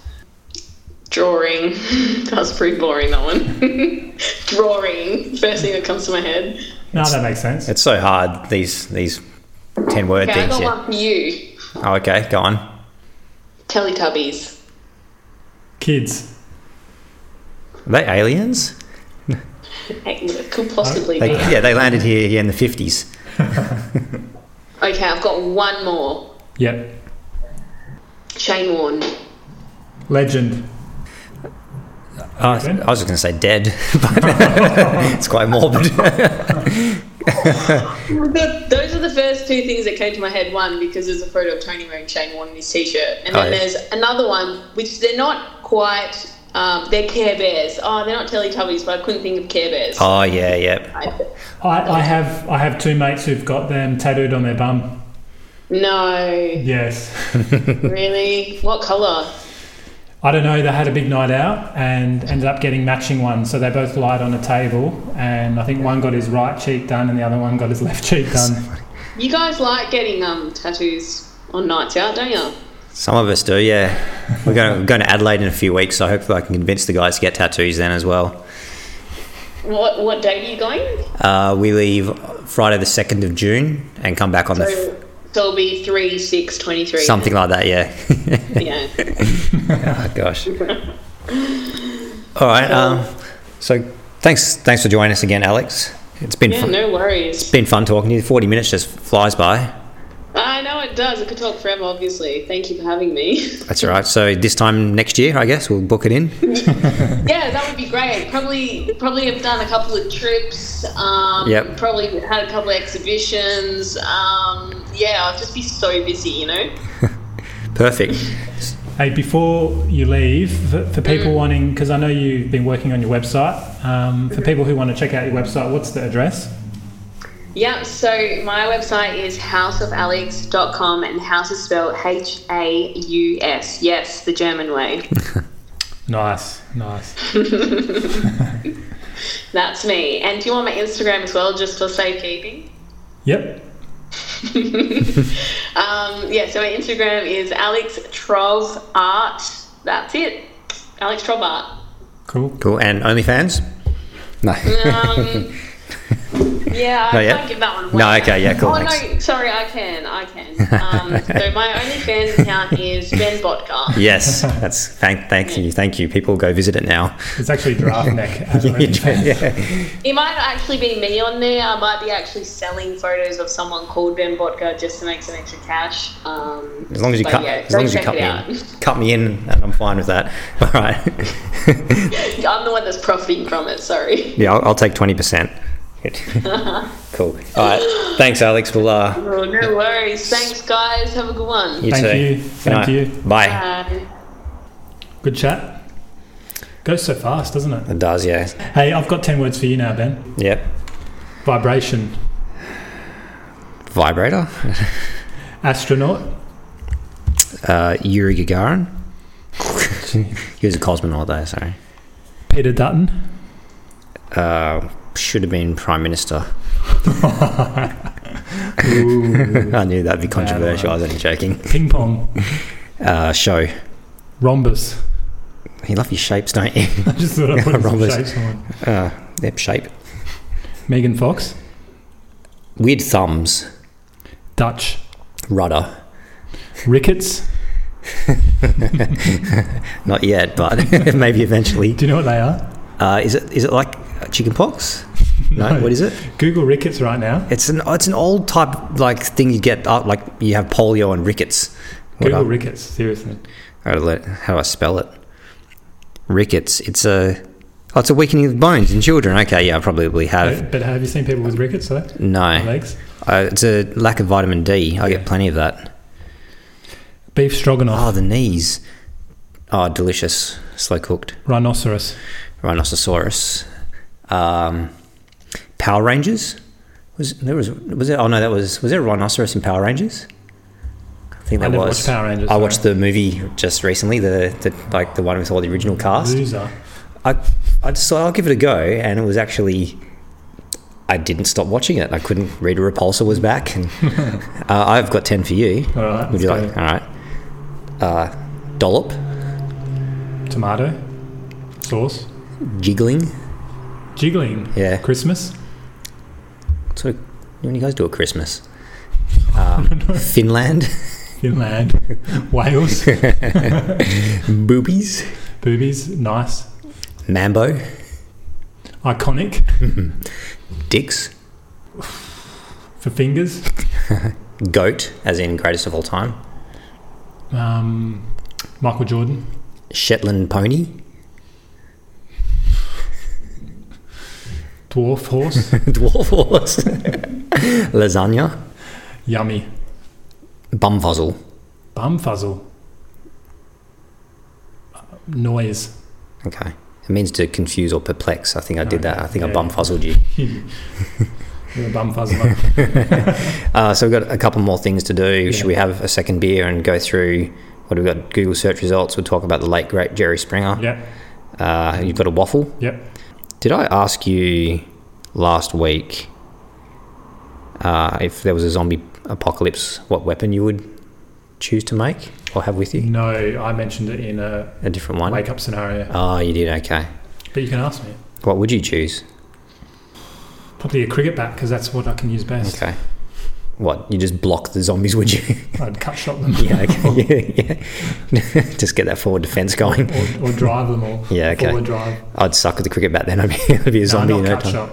Speaker 3: Drawing. *laughs* that was pretty boring, that one. *laughs* Drawing. First thing that comes to my head.
Speaker 2: Now that makes sense.
Speaker 5: It's so hard these these ten word
Speaker 3: Okay, I
Speaker 5: things.
Speaker 3: got
Speaker 5: Yeah.
Speaker 3: one for you.
Speaker 5: Oh okay, go on.
Speaker 3: Teletubbies.
Speaker 2: Kids,
Speaker 5: Are they aliens?
Speaker 3: Hey, it Could possibly
Speaker 5: They,
Speaker 3: be.
Speaker 5: yeah, they landed here, here in the fifties.
Speaker 3: Okay, I've got one more.
Speaker 2: yep.
Speaker 3: Shane Warne.
Speaker 2: Legend,
Speaker 5: I was I was just gonna say dead, *laughs* but it's quite morbid.
Speaker 3: Th- Those are the first two things that came to my head. One, because there's a photo of Tony wearing Shane Warne in his t shirt. And
Speaker 5: Oh,
Speaker 3: then
Speaker 5: yeah.
Speaker 3: there's another one, which they're not quite Um, they're Care Bears. Oh, they're not Teletubbies, but I couldn't think of Care Bears.
Speaker 5: Oh yeah, yeah.
Speaker 3: I-
Speaker 2: I, I have I have two mates who've got them tattooed on their bum.
Speaker 5: *laughs*
Speaker 3: No,
Speaker 2: Yes.
Speaker 3: really? What colour?
Speaker 2: I don't know, they had a big night out and ended up getting matching ones. So they both lied on a table, and I think one got his right cheek done and the other one got his left cheek done.
Speaker 3: You guys like getting um tattoos on nights out, don't you?
Speaker 5: Some of us do. Yeah, we're going, going to Adelaide in a few weeks, so hopefully I can convince the guys to get tattoos then as well.
Speaker 3: What what date are you going?
Speaker 5: Uh, we leave Friday the second of June and come back on the f-
Speaker 3: So, so it'll be three six twenty three.
Speaker 5: something like that. Yeah. *laughs*
Speaker 3: Yeah.
Speaker 5: oh
Speaker 3: *laughs*
Speaker 5: gosh. All right. Um, so thanks, thanks for joining us again, Alex. It's been
Speaker 3: Yeah.
Speaker 5: fun.
Speaker 3: No worries.
Speaker 5: been fun talking to you. Forty minutes just flies by.
Speaker 3: I know it does. It could talk forever, obviously. Thank you for having me. *laughs*
Speaker 5: That's all right. So this time next year, I guess we'll book it in.
Speaker 3: Yeah, that would be great. Probably, probably have done a couple of trips. Um,
Speaker 5: Yep.
Speaker 3: Probably had a couple of exhibitions. Um, yeah, I'll just be so busy, you know.
Speaker 5: Perfect.
Speaker 2: Hey, before you leave, for, for people wanting, because I know you've been working on your website, um, for people who want to check out your website, what's the address?
Speaker 3: Yeah. So my website is houseofalex.com, and house is spelled H A U S. Yes, the German way.
Speaker 2: Nice, nice.
Speaker 3: That's me. And do you want my Instagram as well, just for safekeeping?
Speaker 2: Yep.
Speaker 3: Um, yeah. So my Instagram is Alex Trov Art. That's it. Alex Trov Art.
Speaker 2: Cool.
Speaker 5: Cool. And OnlyFans? No.
Speaker 3: Um, yeah, I
Speaker 5: Not yet?
Speaker 3: can't give that one away.
Speaker 5: No, okay, yeah, cool,
Speaker 3: Oh, no,
Speaker 5: thanks.
Speaker 3: sorry, I can,
Speaker 5: *laughs*
Speaker 3: I can. Um, so my OnlyFans account is Ben
Speaker 5: *laughs*
Speaker 3: Botka.
Speaker 5: yes. That's thank thank you thank you. People go visit it now.
Speaker 2: It's actually draft
Speaker 5: *laughs*
Speaker 2: neck. at OnlyFans.
Speaker 5: yeah.
Speaker 3: It might not actually be me on there. I might be actually selling photos of someone called Ben Botka just to make some extra cash. Um,
Speaker 5: As long as you
Speaker 3: but
Speaker 5: cut
Speaker 3: yeah,
Speaker 5: as long
Speaker 3: go
Speaker 5: as you
Speaker 3: check
Speaker 5: cut
Speaker 3: it
Speaker 5: me
Speaker 3: out. *laughs*
Speaker 5: in. cut me in and I'm fine with that. *laughs* All right. *laughs*
Speaker 3: I'm the one that's profiting from it. Sorry.
Speaker 5: yeah, I'll, I'll take twenty
Speaker 3: *laughs*
Speaker 5: percent. cool. All right. Thanks, Alex. We'll uh,
Speaker 3: Oh, no worries. Thanks, guys. Have a good one.
Speaker 5: you
Speaker 2: Thank
Speaker 5: too.
Speaker 2: you.
Speaker 5: Good
Speaker 2: Thank
Speaker 5: night.
Speaker 2: you.
Speaker 5: Bye.
Speaker 3: Bye.
Speaker 2: Good chat. Goes so fast, doesn't it?
Speaker 5: It does, yeah.
Speaker 2: Hey, I've got 10 words for you now, Ben.
Speaker 5: Yep.
Speaker 2: Vibration,
Speaker 5: Vibrator.
Speaker 2: astronaut,
Speaker 5: Uh, Yuri Gagarin. *laughs* he was a cosmonaut, though. Sorry.
Speaker 2: Peter Dutton.
Speaker 5: Uh, should have been prime minister. *laughs*
Speaker 2: Ooh.
Speaker 5: I knew that'd be controversial. I was only joking.
Speaker 2: Ping pong,
Speaker 5: Uh, show.
Speaker 2: rhombus. *laughs*
Speaker 5: You love your shapes, don't you? *laughs*
Speaker 2: I just thought I put some
Speaker 5: Rhombus.
Speaker 2: shapes on.
Speaker 5: Uh, yep, shape.
Speaker 2: Megan Fox,
Speaker 5: Weird thumbs.
Speaker 2: Dutch,
Speaker 5: Rudder.
Speaker 2: rickets.
Speaker 5: Not yet,
Speaker 2: *laughs*
Speaker 5: but *laughs* maybe eventually.
Speaker 2: Do you know what they are?
Speaker 5: Uh, is it is it like chicken pox? No.
Speaker 2: No.
Speaker 5: What is it?
Speaker 2: Google rickets right now.
Speaker 5: It's an it's an old type like thing you get up like you have polio and rickets. What
Speaker 2: Google
Speaker 5: up?
Speaker 2: rickets, seriously.
Speaker 5: How do, I- how do I spell it? Rickets. It's a. Oh, it's a weakening of bones in children. Okay, yeah, I probably have.
Speaker 2: But, but have you seen people with rickets, though?
Speaker 5: No.
Speaker 2: Legs?
Speaker 5: Uh, it's a lack of vitamin D. I get plenty of that.
Speaker 2: Beef stroganoff,
Speaker 5: Oh, the knees. Oh, delicious. Slow cooked.
Speaker 2: rhinoceros,
Speaker 5: Rhinoceros. Um, Power Rangers? Was there was was there? Oh no, that was was there a rhinoceros in Power Rangers? I think
Speaker 2: I
Speaker 5: that
Speaker 2: never
Speaker 5: was.
Speaker 2: watched Power Rangers,
Speaker 5: I watched the movie just recently. The, the like the one with all the original cast.
Speaker 2: loser.
Speaker 5: I, I just thought I'll give it a go, and it was actually I didn't stop watching it. I couldn't. Rita Repulsa was back,
Speaker 2: *laughs*
Speaker 5: and uh, I've got ten for you.
Speaker 2: All right,
Speaker 5: Would you
Speaker 2: let's
Speaker 5: like? All right. Uh, dollop,
Speaker 2: Tomato, sauce,
Speaker 5: jiggling.
Speaker 2: jiggling.
Speaker 5: Yeah.
Speaker 2: Christmas,
Speaker 5: So when you guys do at Christmas,
Speaker 2: *laughs*
Speaker 5: um, Finland, *laughs*
Speaker 2: Finland, Wales,
Speaker 5: boobies,
Speaker 2: boobies, nice,
Speaker 5: mambo,
Speaker 2: iconic
Speaker 5: dicks,
Speaker 2: for fingers.
Speaker 5: goat, as in greatest of all time,
Speaker 2: Um, Michael Jordan,
Speaker 5: Shetland pony, *laughs*
Speaker 2: dwarf horse,
Speaker 5: *laughs* dwarf horse, *laughs* lasagna,
Speaker 2: yummy.
Speaker 5: bumfuzzle. *laughs*
Speaker 2: Bum fuzzle. Noise.
Speaker 5: Okay. It means to confuse or perplex. I think I did that. I think I
Speaker 2: Yeah.
Speaker 5: bum fuzzled you.
Speaker 2: You're a bum fuzzler.
Speaker 5: *laughs* Uh, so we've got a couple more things to do. Should we have a second beer and go through what we've got? Google search results. We'll talk about the late great Jerry Springer.
Speaker 2: yep,
Speaker 5: Uh, you've got a waffle.
Speaker 2: yep.
Speaker 5: Did I ask you last week uh, if there was a zombie apocalypse, what weapon you would choose to make or have with you?
Speaker 2: No, I mentioned it in a
Speaker 5: A different one.
Speaker 2: wake up scenario,
Speaker 5: Oh, you did. Okay.
Speaker 2: but you can ask me.
Speaker 5: What would you choose?
Speaker 2: Probably a cricket bat because that's what I can use best.
Speaker 5: Okay. What you just block the zombies? Would you? *laughs*
Speaker 2: I'd cut shot them
Speaker 5: yeah.
Speaker 2: *laughs*
Speaker 5: Okay. Yeah. yeah. *laughs* just get that forward defense going.
Speaker 2: *laughs* or, or drive them or
Speaker 5: Yeah, okay.
Speaker 2: forward drive.
Speaker 5: I'd suck at the cricket bat then. *laughs* I'd be, I'd be a
Speaker 2: No,
Speaker 5: zombie
Speaker 2: not
Speaker 5: in no
Speaker 2: cut
Speaker 5: time.
Speaker 2: shot.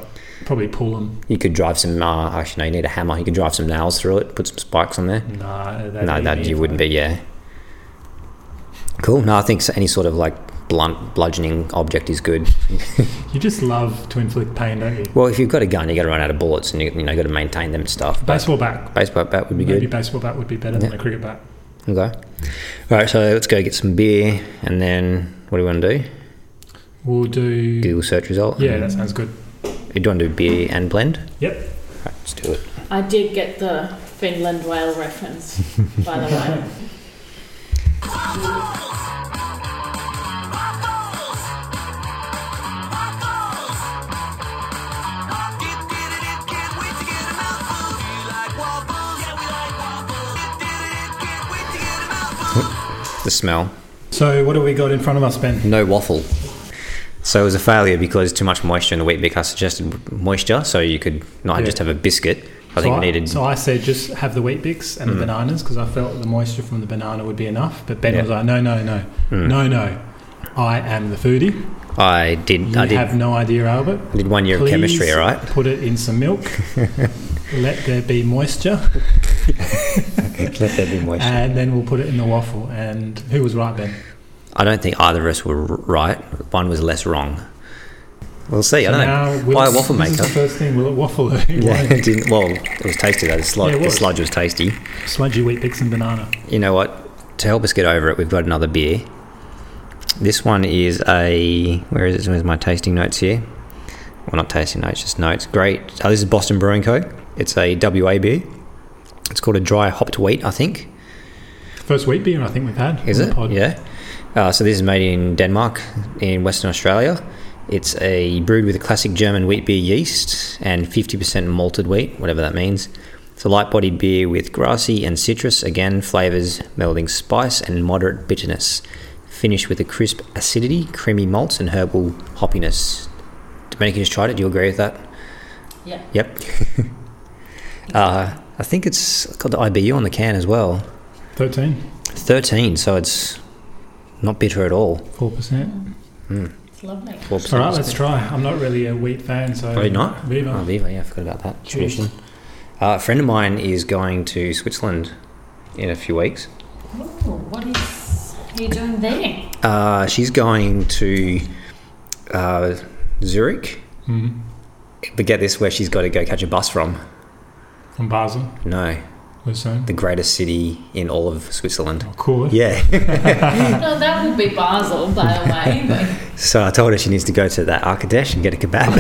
Speaker 2: Probably pull them.
Speaker 5: You could drive some. Uh, actually, no. You need a hammer. You could drive some nails through it. Put some spikes on there.
Speaker 2: No,
Speaker 5: no, that you wouldn't be. Yeah. Cool. No, I think s- any sort of like blunt bludgeoning object is good.
Speaker 2: You just love to inflict pain, don't you?
Speaker 5: Well, if you've got a gun, you got to run out of bullets, and you, you know got to maintain them and stuff. But
Speaker 2: Baseball bat.
Speaker 5: baseball bat would be
Speaker 2: Maybe
Speaker 5: good.
Speaker 2: baseball bat would be better than a cricket bat.
Speaker 5: Okay. All right, so let's go get some beer, and then what do we want to do?
Speaker 2: We'll do.
Speaker 5: Google search result.
Speaker 2: Yeah, that sounds good.
Speaker 5: Do you want to do beer and blend?
Speaker 2: Yep.
Speaker 5: All right, let's do it.
Speaker 4: I did get the Finland whale reference, by the way.
Speaker 5: The smell.
Speaker 2: So, what do we got in front of us, Ben?
Speaker 5: No waffle. So it was a failure because too much moisture in the wheat bix. I suggested moisture, so you could not
Speaker 2: Yeah.
Speaker 5: just have a biscuit. I
Speaker 2: so
Speaker 5: think we Mm. needed.
Speaker 2: So I said just have the wheat bix and the bananas because I felt the moisture from the banana would be enough. But Ben
Speaker 5: Yeah. Mm.
Speaker 2: was like, no, no, no, no, no. I am the foodie.
Speaker 5: I did.
Speaker 2: You
Speaker 5: I did.
Speaker 2: have no idea, Albert.
Speaker 5: I did one year of chemistry.
Speaker 2: Please
Speaker 5: All
Speaker 2: *laughs*
Speaker 5: right.
Speaker 2: Put it in
Speaker 5: *laughs*
Speaker 2: some milk. Let there be moisture,
Speaker 5: Let there be moisture.
Speaker 2: and then we'll put it in the waffle. And who was right, Ben?
Speaker 5: I don't think either of us were r- right. One was less wrong. We'll see. I don't know.
Speaker 2: will
Speaker 5: Buy a
Speaker 2: it-
Speaker 5: waffle maker.
Speaker 2: This is the first thing. Will it waffle? *laughs*
Speaker 5: Yeah,
Speaker 2: yeah.
Speaker 5: it didn't, well, it was tasty though. The, sludge,
Speaker 2: Yeah, it
Speaker 5: the
Speaker 2: was.
Speaker 5: sludge was tasty.
Speaker 2: Sludgy wheat bix and banana.
Speaker 5: You know what? To help us get over it, we've got another beer. This one is a. Where is it? Where's my tasting notes here? Well, not tasting notes, just notes. Great. Oh, this is Boston Brewing Co. It's a WA beer. It's called a dry hopped wheat, I think.
Speaker 2: First wheat beer I think we've had.
Speaker 5: Is
Speaker 2: on the
Speaker 5: it?
Speaker 2: pod.
Speaker 5: Yeah. Uh, so this is made in Denmark, in Western Australia. It's a brewed with a classic German wheat beer yeast and 50% malted wheat, whatever that means. It's a light-bodied beer with grassy and citrus, again flavors melding spice and moderate bitterness, finished with a crisp acidity, creamy malts, and herbal hoppiness. Dominic, you just tried it. Do you agree with that?
Speaker 4: Yeah.
Speaker 5: Yep. *laughs* uh, I think it's got the IBU on the can as well.
Speaker 2: Thirteen.
Speaker 5: 13, so it's not bitter at all.
Speaker 2: Four percent.
Speaker 4: It's lovely.
Speaker 5: 4%
Speaker 2: All right, let's try. I'm not really a wheat fan, so
Speaker 5: Are you not?
Speaker 2: Viva.
Speaker 5: Oh, Viva, yeah, I forgot about that
Speaker 2: Cheers.
Speaker 5: tradition. Uh, a friend of mine is going to Switzerland in a few weeks.
Speaker 4: Ooh, what is are you doing there? *laughs*
Speaker 5: Uh, she's going to uh, Zurich,
Speaker 2: Mm.
Speaker 5: but get this where she's got to go catch a bus from.
Speaker 2: From Basel,
Speaker 5: No,
Speaker 2: Lucerne.
Speaker 5: the greatest city in all of Switzerland.
Speaker 2: Oh, cool.
Speaker 5: Yeah.
Speaker 4: No, that would be Basel, by the way. but-
Speaker 5: *laughs* So I told her she needs to go to that Arkadesh and get a kebab.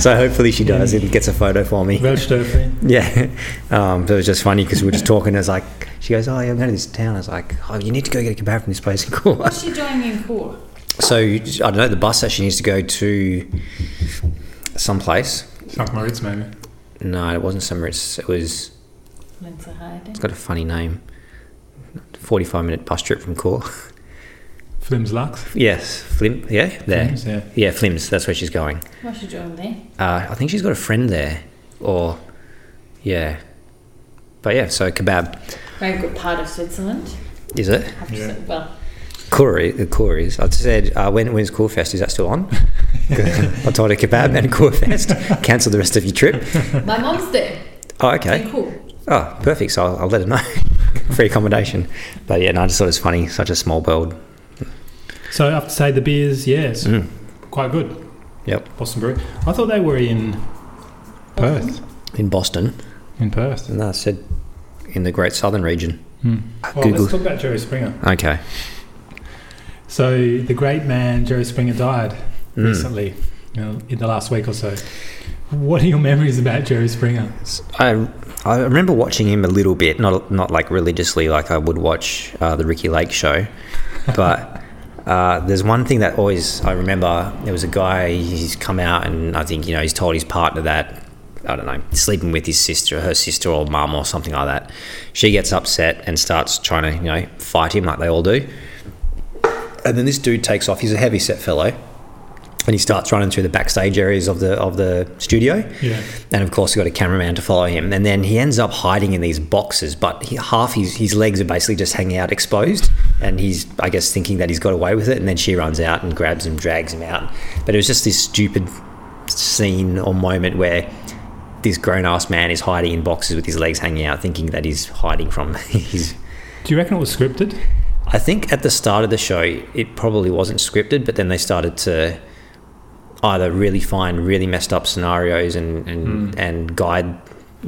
Speaker 5: *laughs* so hopefully she does and gets a photo for me.
Speaker 2: Weltstürfe.
Speaker 5: Yeah, *laughs* um, but it was just funny because we were just talking. I was like, she goes, "Oh, yeah, I'm going to this town." I was like, "Oh, you need to go get a kebab from this place in Cool."
Speaker 4: What's she doing in Cool?
Speaker 5: so I don't know. The bus actually needs to go to someplace.
Speaker 2: St. Moritz, maybe.
Speaker 5: No, it wasn't somewhere. It's, it was.
Speaker 4: Linda
Speaker 5: It's got a funny name. Forty-five minute bus trip from Cool.
Speaker 2: Flims Lux.
Speaker 5: *laughs* yes, Flim. Yeah, there.
Speaker 2: Flims, yeah.
Speaker 5: *laughs* Yeah, Flims. That's where she's going.
Speaker 4: What's she doing there?
Speaker 5: Uh, I think she's got a friend there, or yeah. But yeah, so kebab
Speaker 4: Very good part of Switzerland.
Speaker 5: is it?
Speaker 4: Have to
Speaker 2: Yeah.
Speaker 4: say- Well,
Speaker 5: Corey, the Corey's. I said, uh, when, when's Cool Fest? Is that still on? I told her kebab and Cool Fest. Cancel the rest of your trip.
Speaker 4: my mom's there.
Speaker 5: Oh,
Speaker 4: In
Speaker 5: okay.
Speaker 4: Cool.
Speaker 5: Oh, perfect. So I'll, I'll let her know. *laughs* Free accommodation. But yeah, no, I just thought it was funny. Such a small world.
Speaker 2: *laughs* So I have to say the beers, yeah, it's
Speaker 5: Mm.
Speaker 2: quite good.
Speaker 5: Yep.
Speaker 2: Boston Brew. I thought they were in Perth.
Speaker 5: In Boston.
Speaker 2: In Perth.
Speaker 5: And I said, in the Great Southern Region.
Speaker 2: Hmm. Well,
Speaker 5: Google.
Speaker 2: let's talk about Jerry Springer.
Speaker 5: Okay.
Speaker 2: So the great man Jerry Springer died
Speaker 5: Mm.
Speaker 2: recently, you know, in the last week or so. What are your memories about Jerry Springer?
Speaker 5: I I remember watching him a little bit, not not like religiously, like I would watch uh, the Ricky Lake show, but *laughs* uh, there's one thing that always I remember. There was a guy he's come out and I think you know he's told his partner that I don't know sleeping with his sister, her sister or mum or something like that. She gets upset and starts trying to you know fight him like they all do, and then this dude takes off. He's a heavy set fellow. And he starts running through the backstage areas of the of the studio,
Speaker 2: Yeah.
Speaker 5: and of course, we've got a cameraman to follow him. And then he ends up hiding in these boxes, but he, half his, his legs are basically just hanging out exposed. And he's, I guess, thinking that he's got away with it. And then she runs out and grabs him, drags him out. But it was just this stupid scene or moment where this grown ass man is hiding in boxes with his legs hanging out, thinking that he's hiding from *laughs* his.
Speaker 2: Do you reckon it was scripted?
Speaker 5: I think at the start of the show, it probably wasn't scripted, but then they started to either really find really messed up scenarios and and, and guide.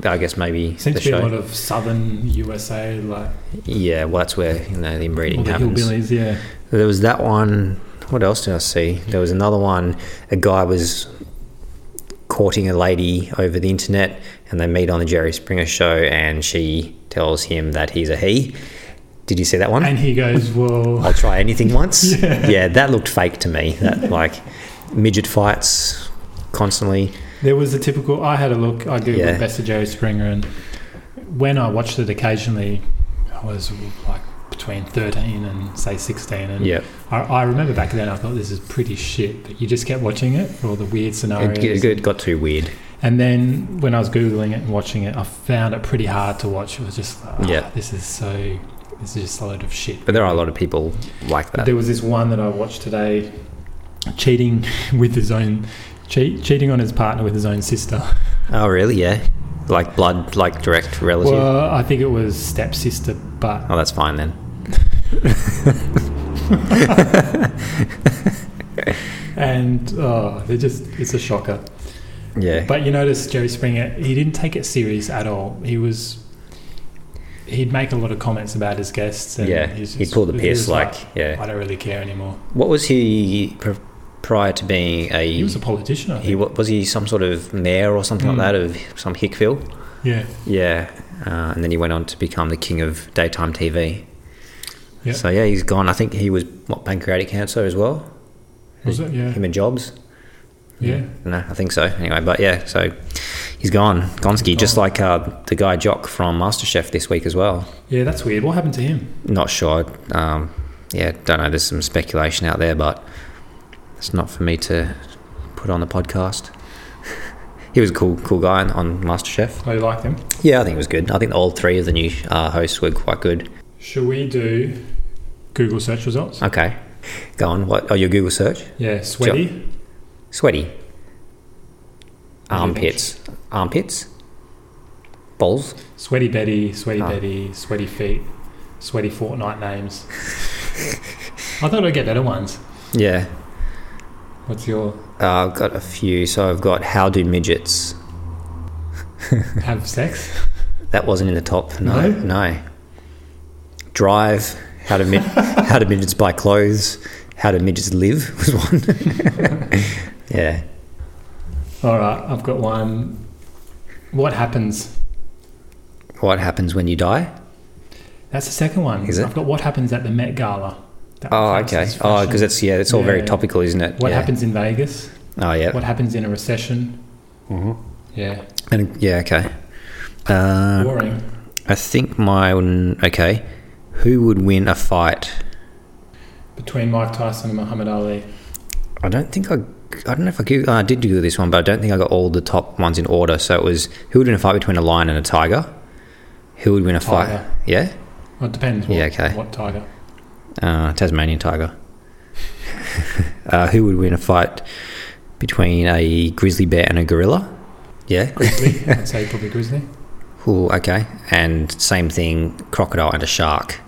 Speaker 5: I guess maybe
Speaker 2: Hmm. Seems
Speaker 5: the
Speaker 2: to be a lot
Speaker 5: show.
Speaker 2: of southern USA, like
Speaker 5: yeah, well, that's where you know the
Speaker 2: all
Speaker 5: inbreeding
Speaker 2: the
Speaker 5: happens.
Speaker 2: hillbillies. Yeah.
Speaker 5: There was that one. What else did I see? There was another one. A guy was courting a lady over the internet, and they meet on the Jerry Springer show, and she tells him that he's a he. Did you see that one?
Speaker 2: And he goes, well,
Speaker 5: I'll try
Speaker 2: *laughs*
Speaker 5: anything once. yeah. that looked fake to me. That like midget fights constantly.
Speaker 2: There was a typical. I had a look. I googled
Speaker 5: Yeah.
Speaker 2: best of Jerry Springer, and when I watched it occasionally, I was like between thirteen and say sixteen, and
Speaker 5: Yeah,
Speaker 2: I, I remember back then I thought this is pretty shit, but you just kept watching it for all the weird scenarios.
Speaker 5: it, it, it got too weird.
Speaker 2: And then when I was googling it and watching it, I found it pretty hard to watch. It was just like, "Ah,
Speaker 5: Yeah.
Speaker 2: this is so. This is just a load of shit.
Speaker 5: But there are a lot of people like
Speaker 2: But
Speaker 5: that.
Speaker 2: Uh, there was this one that I watched today, cheating with his own, cheat, cheating on his partner with his own sister.
Speaker 5: Oh, really? Yeah, like blood, like direct relative.
Speaker 2: Well, I think it was stepsister, but
Speaker 5: Oh, that's fine
Speaker 2: *laughs*
Speaker 5: then.
Speaker 2: and oh, they just it's a shocker.
Speaker 5: Yeah,
Speaker 2: But you notice Jerry Springer, he didn't take it serious at all. He was he'd make a lot of comments about his guests and
Speaker 5: yeah.
Speaker 2: he's
Speaker 5: He'd
Speaker 2: just-
Speaker 5: pull the
Speaker 2: he was
Speaker 5: piss. Like, yeah.
Speaker 2: I don't really care anymore.
Speaker 5: What was he pr- prior to being a?
Speaker 2: He was a politician, I think.
Speaker 5: he wa- was he some sort of mayor or something
Speaker 2: Mm.
Speaker 5: like that of some Hickville?
Speaker 2: yeah.
Speaker 5: Yeah, uh, and then he went on to become the king of daytime TV.
Speaker 2: Yeah.
Speaker 5: So yeah, he's gone. I think he was what pancreatic cancer as well.
Speaker 2: Was it? Yeah.
Speaker 5: Him and Jobs.
Speaker 2: Yeah.
Speaker 5: No, I think so. Anyway, but yeah, so he's gone, Gonski, just
Speaker 2: gone.
Speaker 5: like uh, the guy Jock from MasterChef this week as well.
Speaker 2: Yeah, that's weird. What happened to him?
Speaker 5: Not sure. Um, yeah, don't know. There's some speculation out there, but it's not for me to put on the podcast. *laughs* he was a cool, cool guy on, on MasterChef.
Speaker 2: I liked Oh, him.
Speaker 5: Yeah, I think it was good. I think all three of the new uh, hosts were quite good.
Speaker 2: Should we do Google search results?
Speaker 5: Okay. Go on. What? Oh, your Google search?
Speaker 2: Yeah, sweaty.
Speaker 5: Sweaty. Armpits. Armpits. Balls.
Speaker 2: Sweaty Betty, Sweaty
Speaker 5: Ah.
Speaker 2: Betty, Sweaty Feet, Sweaty Fortnite names. I thought I'd get better ones.
Speaker 5: Yeah.
Speaker 2: What's your
Speaker 5: Uh, I've got a few. So I've got How Do Midgets.
Speaker 2: have sex?
Speaker 5: That wasn't in the top. No.
Speaker 2: No?
Speaker 5: No. Drive. How do, mid- *laughs* how do midgets buy clothes? How do midgets live *laughs* was one. *laughs* yeah.
Speaker 2: All right, I've got one. What happens?
Speaker 5: What happens when you die?
Speaker 2: That's the second one.
Speaker 5: Is it?
Speaker 2: I've got what happens at the Met Gala. That
Speaker 5: Oh,
Speaker 2: counts
Speaker 5: okay.
Speaker 2: as
Speaker 5: Oh,
Speaker 2: fashion.
Speaker 5: because it's yeah, it's all very
Speaker 2: Yeah.
Speaker 5: topical, isn't it?
Speaker 2: what
Speaker 5: Yeah.
Speaker 2: happens in Vegas?
Speaker 5: Oh, yeah.
Speaker 2: What happens in a recession? Mm-hmm. Yeah,
Speaker 5: And yeah, okay. Uh,
Speaker 2: boring.
Speaker 5: I think my okay. Who would win a fight?
Speaker 2: Between Mike Tyson and Muhammad Ali.
Speaker 5: I don't think I. I don't know if I Googled, I did Google this one, but I don't think I got all the top ones in order. So it was who would win a fight between a lion and a tiger? Who would win a fight?
Speaker 2: Tiger.
Speaker 5: Yeah,
Speaker 2: Well, it depends. What,
Speaker 5: Yeah, okay.
Speaker 2: What tiger?
Speaker 5: uh, Tasmanian tiger. *laughs* uh, who would win a fight between a grizzly bear and a gorilla? Yeah. *laughs*
Speaker 2: Grizzly. I'd say probably grizzly.
Speaker 5: Ooh, okay. And same thing, crocodile and a shark.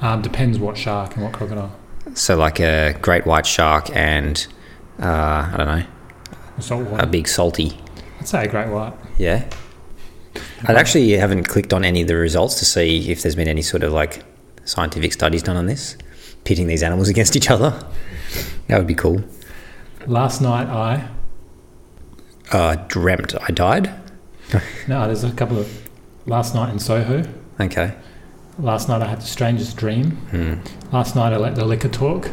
Speaker 2: Um, depends what shark and what crocodile.
Speaker 5: So like a great white shark and uh, I don't know
Speaker 2: Saltwater.
Speaker 5: a big salty.
Speaker 2: I'd say a great white.
Speaker 5: Yeah. I actually haven't clicked on any of the results to see if there's been any sort of like scientific studies done on this. pitting these animals *laughs* against each other. That would be cool.
Speaker 2: Last night I
Speaker 5: Uh, dreamt I died.
Speaker 2: no, there's a couple of last night in Soho.
Speaker 5: Okay.
Speaker 2: Last night I had the strangest dream.
Speaker 5: Hmm.
Speaker 2: Last night I let the liquor talk,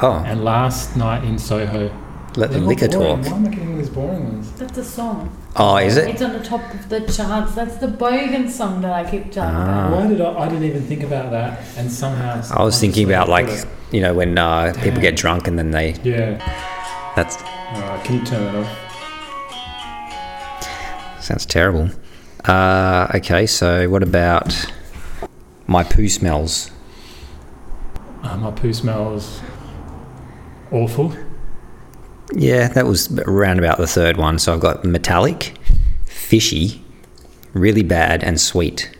Speaker 5: Oh,
Speaker 2: and last night in Soho.
Speaker 5: let the
Speaker 2: They're all
Speaker 5: liquor
Speaker 2: boring.
Speaker 5: talk.
Speaker 2: Why am I getting all these boring ones?
Speaker 4: That's a song.
Speaker 5: Oh, is it?
Speaker 4: It's on the top of the charts. That's the Bogan song that I keep chatting
Speaker 5: Ah.
Speaker 4: about.
Speaker 2: Why did I? I didn't even think about that, and somehow
Speaker 5: I was thinking about like you know when uh, people get drunk and then they.
Speaker 2: Yeah.
Speaker 5: That's
Speaker 2: All right. Can you turn that off?
Speaker 5: sounds terrible. Uh, okay, so what about my poo smells?
Speaker 2: Uh, my poo smells awful.
Speaker 5: Yeah, that was around about the third one. So I've got metallic, fishy, really bad, and sweet.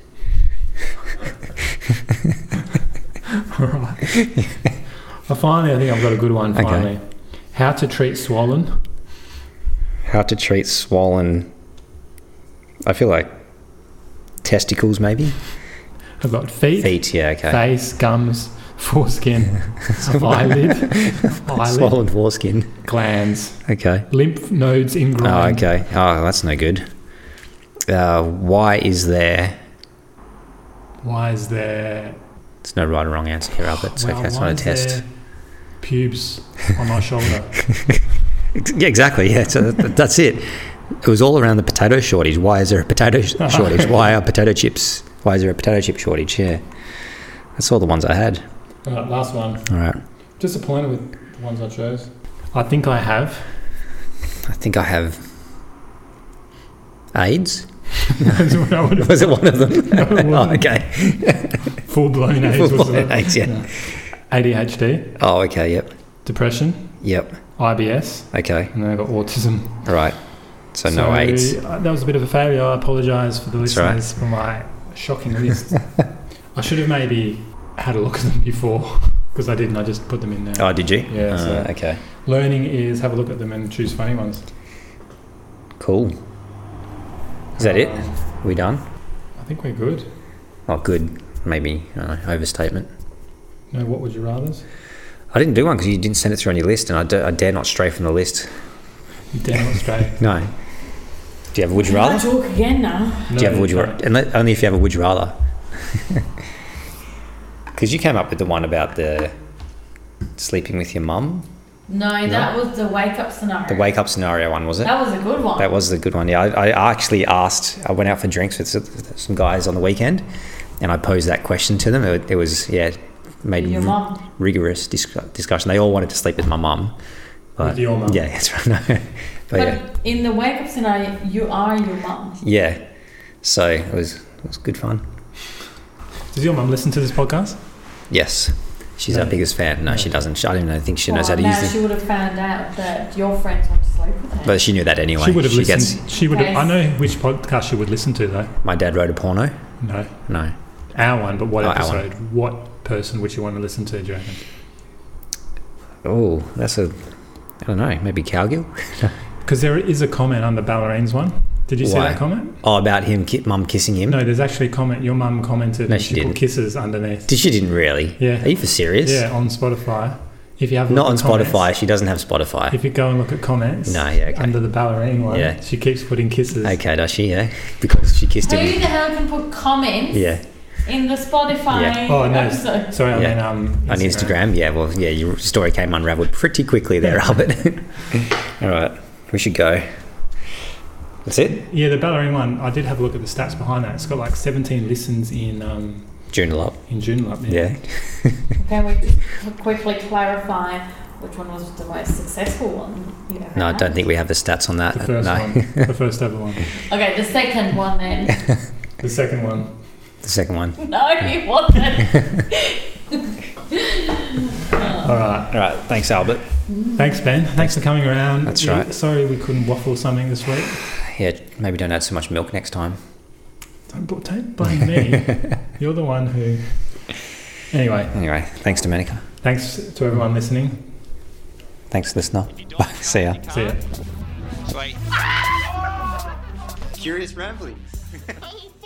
Speaker 2: All right. I finally, I think I've got a good one.
Speaker 5: Okay.
Speaker 2: Finally, how to treat swollen?
Speaker 5: How to treat swollen. I feel like testicles, maybe
Speaker 2: I've got feet,
Speaker 5: feet. Yeah, okay.
Speaker 2: face, gums, *laughs*
Speaker 5: *laughs*
Speaker 2: foreskin, eyelid, eyelid,
Speaker 5: Swollen foreskin.
Speaker 2: glands,
Speaker 5: Okay.
Speaker 2: lymph nodes in groin.
Speaker 5: Oh, okay. Oh, that's no good. Uh, why is there?
Speaker 2: Why is there?
Speaker 5: It's no right or wrong answer here, Albert. It's
Speaker 2: well,
Speaker 5: okay. It's
Speaker 2: why
Speaker 5: not a
Speaker 2: is
Speaker 5: test.
Speaker 2: there Pubes on
Speaker 5: *laughs*
Speaker 2: my shoulder.
Speaker 5: Ex- Yeah, exactly. Yeah, so that- that's it. It was all around the potato shortage. Why is there a potato sh- shortage? Why are potato chips? Why is there a potato chip shortage? Yeah, that's all the ones I had.
Speaker 2: All right, last one.
Speaker 5: All right,
Speaker 2: Disappointed with the ones I chose. I think I have. *laughs*
Speaker 5: *laughs* I think I have AIDS. *laughs*
Speaker 2: That's what I would have- *laughs*
Speaker 5: Was it one of them?
Speaker 2: No,
Speaker 5: *laughs*
Speaker 2: it
Speaker 5: oh,
Speaker 2: wasn't.
Speaker 5: okay.
Speaker 2: Full blown AIDS.
Speaker 5: Full
Speaker 2: wasn't
Speaker 5: blown
Speaker 2: it?
Speaker 5: AIDS, *laughs* yeah.
Speaker 2: ADHD,
Speaker 5: Oh, okay. Yep.
Speaker 2: depression,
Speaker 5: Yep.
Speaker 2: IBS,
Speaker 5: Okay.
Speaker 2: and then I got autism.
Speaker 5: All right. So, no AIDS.
Speaker 2: uh, That was a bit of a failure. I apologise for the
Speaker 5: That's all right.
Speaker 2: listeners for my shocking
Speaker 5: *laughs*
Speaker 2: list. I should have maybe had a look at them before because I didn't. I just put them in there.
Speaker 5: Oh, did you?
Speaker 2: Yeah,
Speaker 5: Uh,
Speaker 2: so-
Speaker 5: okay.
Speaker 2: Learning is have a look at them and choose funny ones.
Speaker 5: Cool. Is that it?
Speaker 2: Um,
Speaker 5: We done?
Speaker 2: I think we're good.
Speaker 5: Oh, good. Maybe uh, overstatement.
Speaker 2: No, what would you rather?
Speaker 5: I didn't do one because you didn't send it through on your list, and I, da- I dare not stray from the list.
Speaker 2: Damn Australia.
Speaker 5: *laughs* No. Do you have a would you
Speaker 4: I
Speaker 5: rather?
Speaker 4: talk again now.
Speaker 5: Do you have a would you rather? Unless, only if you have a would you *laughs* rather. Because you came up with the one about the sleeping with your mum,
Speaker 4: No, that was the wake up scenario.
Speaker 5: the wake up scenario one, was it?
Speaker 4: That was a good one.
Speaker 5: That was the good one. Yeah, I, I actually asked. I went out for drinks with s- some guys on the weekend, and I posed that question to them. It, it was yeah, made
Speaker 4: Your
Speaker 5: r-
Speaker 4: mum.
Speaker 5: rigorous dis- discussion. They all wanted to sleep with my mum. but-
Speaker 2: With your mum.
Speaker 5: Yeah, *laughs* that's right. No. but,
Speaker 4: But
Speaker 5: oh, yeah,
Speaker 4: in the wake up scenario, you are your mum.
Speaker 5: yeah. So it was it was good fun.
Speaker 2: Does your mum listen to this podcast?
Speaker 5: Yes, she's our
Speaker 2: No.
Speaker 5: biggest fan. No,
Speaker 2: No.
Speaker 5: she doesn't. She, I don't even think she knows
Speaker 4: Well,
Speaker 5: how to
Speaker 4: now
Speaker 5: use it.
Speaker 4: Oh, she would have found out that your friends want to sleep with her.
Speaker 5: But she knew that anyway.
Speaker 2: she would have listened.
Speaker 5: gets.
Speaker 2: she would. Have,
Speaker 4: Yes.
Speaker 2: I know which podcast she would listen to though.
Speaker 5: My dad wrote a porno.
Speaker 2: No,
Speaker 5: No,
Speaker 2: our one. But what
Speaker 5: Oh, our one.
Speaker 2: episode? What person would you want to listen to? Do you reckon?
Speaker 5: oh, that's a. I don't know. Maybe Cowgill.
Speaker 2: Because there is a comment on the ballerine's one. Did you see
Speaker 5: Why?
Speaker 2: that comment?
Speaker 5: Oh, about him, ki- mum kissing him.
Speaker 2: No, there's actually a comment. Your mum commented
Speaker 5: No,
Speaker 2: and
Speaker 5: she
Speaker 2: she, put
Speaker 5: didn't.
Speaker 2: kisses underneath.
Speaker 5: Did- She didn't really.
Speaker 2: Yeah.
Speaker 5: Are you for serious?
Speaker 2: Yeah, on Spotify. If you have a
Speaker 5: Not on
Speaker 2: look at
Speaker 5: Spotify.
Speaker 2: comments-
Speaker 5: She doesn't have Spotify.
Speaker 2: If you go and look at comments
Speaker 5: No, yeah, okay.
Speaker 2: under the ballerine one,
Speaker 5: Yeah.
Speaker 2: she keeps putting kisses.
Speaker 5: Okay, does she? Yeah, because she kissed
Speaker 4: Who
Speaker 5: him.
Speaker 4: the hell can put comments
Speaker 5: Yeah,
Speaker 4: in the Spotify
Speaker 5: Yeah.
Speaker 2: Oh, no.
Speaker 4: episode?
Speaker 2: Sorry, I
Speaker 5: Yeah.
Speaker 2: mean um, Instagram.
Speaker 5: on Instagram. Yeah, well, yeah, your story came unravelled pretty quickly there, Albert. *laughs* All right, we should go. That's it.
Speaker 2: Yeah, the ballerine one. I did have a look at the stats behind that. It's got like 17 listens in um,
Speaker 5: Journal up.
Speaker 2: in June. Like,
Speaker 5: Yeah.
Speaker 4: *laughs* Can we just quickly clarify which one was the most successful one? You know,
Speaker 5: No, I don't think we have the stats on that.
Speaker 2: The first
Speaker 5: Uh, no.
Speaker 2: one, the first ever one,
Speaker 4: Okay, the second one then.
Speaker 5: *laughs*
Speaker 2: the second one.
Speaker 5: The second one.
Speaker 4: no, it wasn't.
Speaker 2: All right,
Speaker 5: All right. Thanks, Albert.
Speaker 2: thanks Ben. Thanks for coming around.
Speaker 5: That's
Speaker 2: Yeah,
Speaker 5: right.
Speaker 2: Sorry we couldn't waffle something this week.
Speaker 5: Yeah, maybe don't add so much milk next time.
Speaker 2: Don't, bl- don't blame me. You're the one who. Anyway,
Speaker 5: Anyway, thanks, Domenica.
Speaker 2: thanks to everyone listening.
Speaker 5: Thanks, listener. *laughs* Bye. See ya.
Speaker 2: See ya.
Speaker 6: Curious ramblings.
Speaker 7: Hey,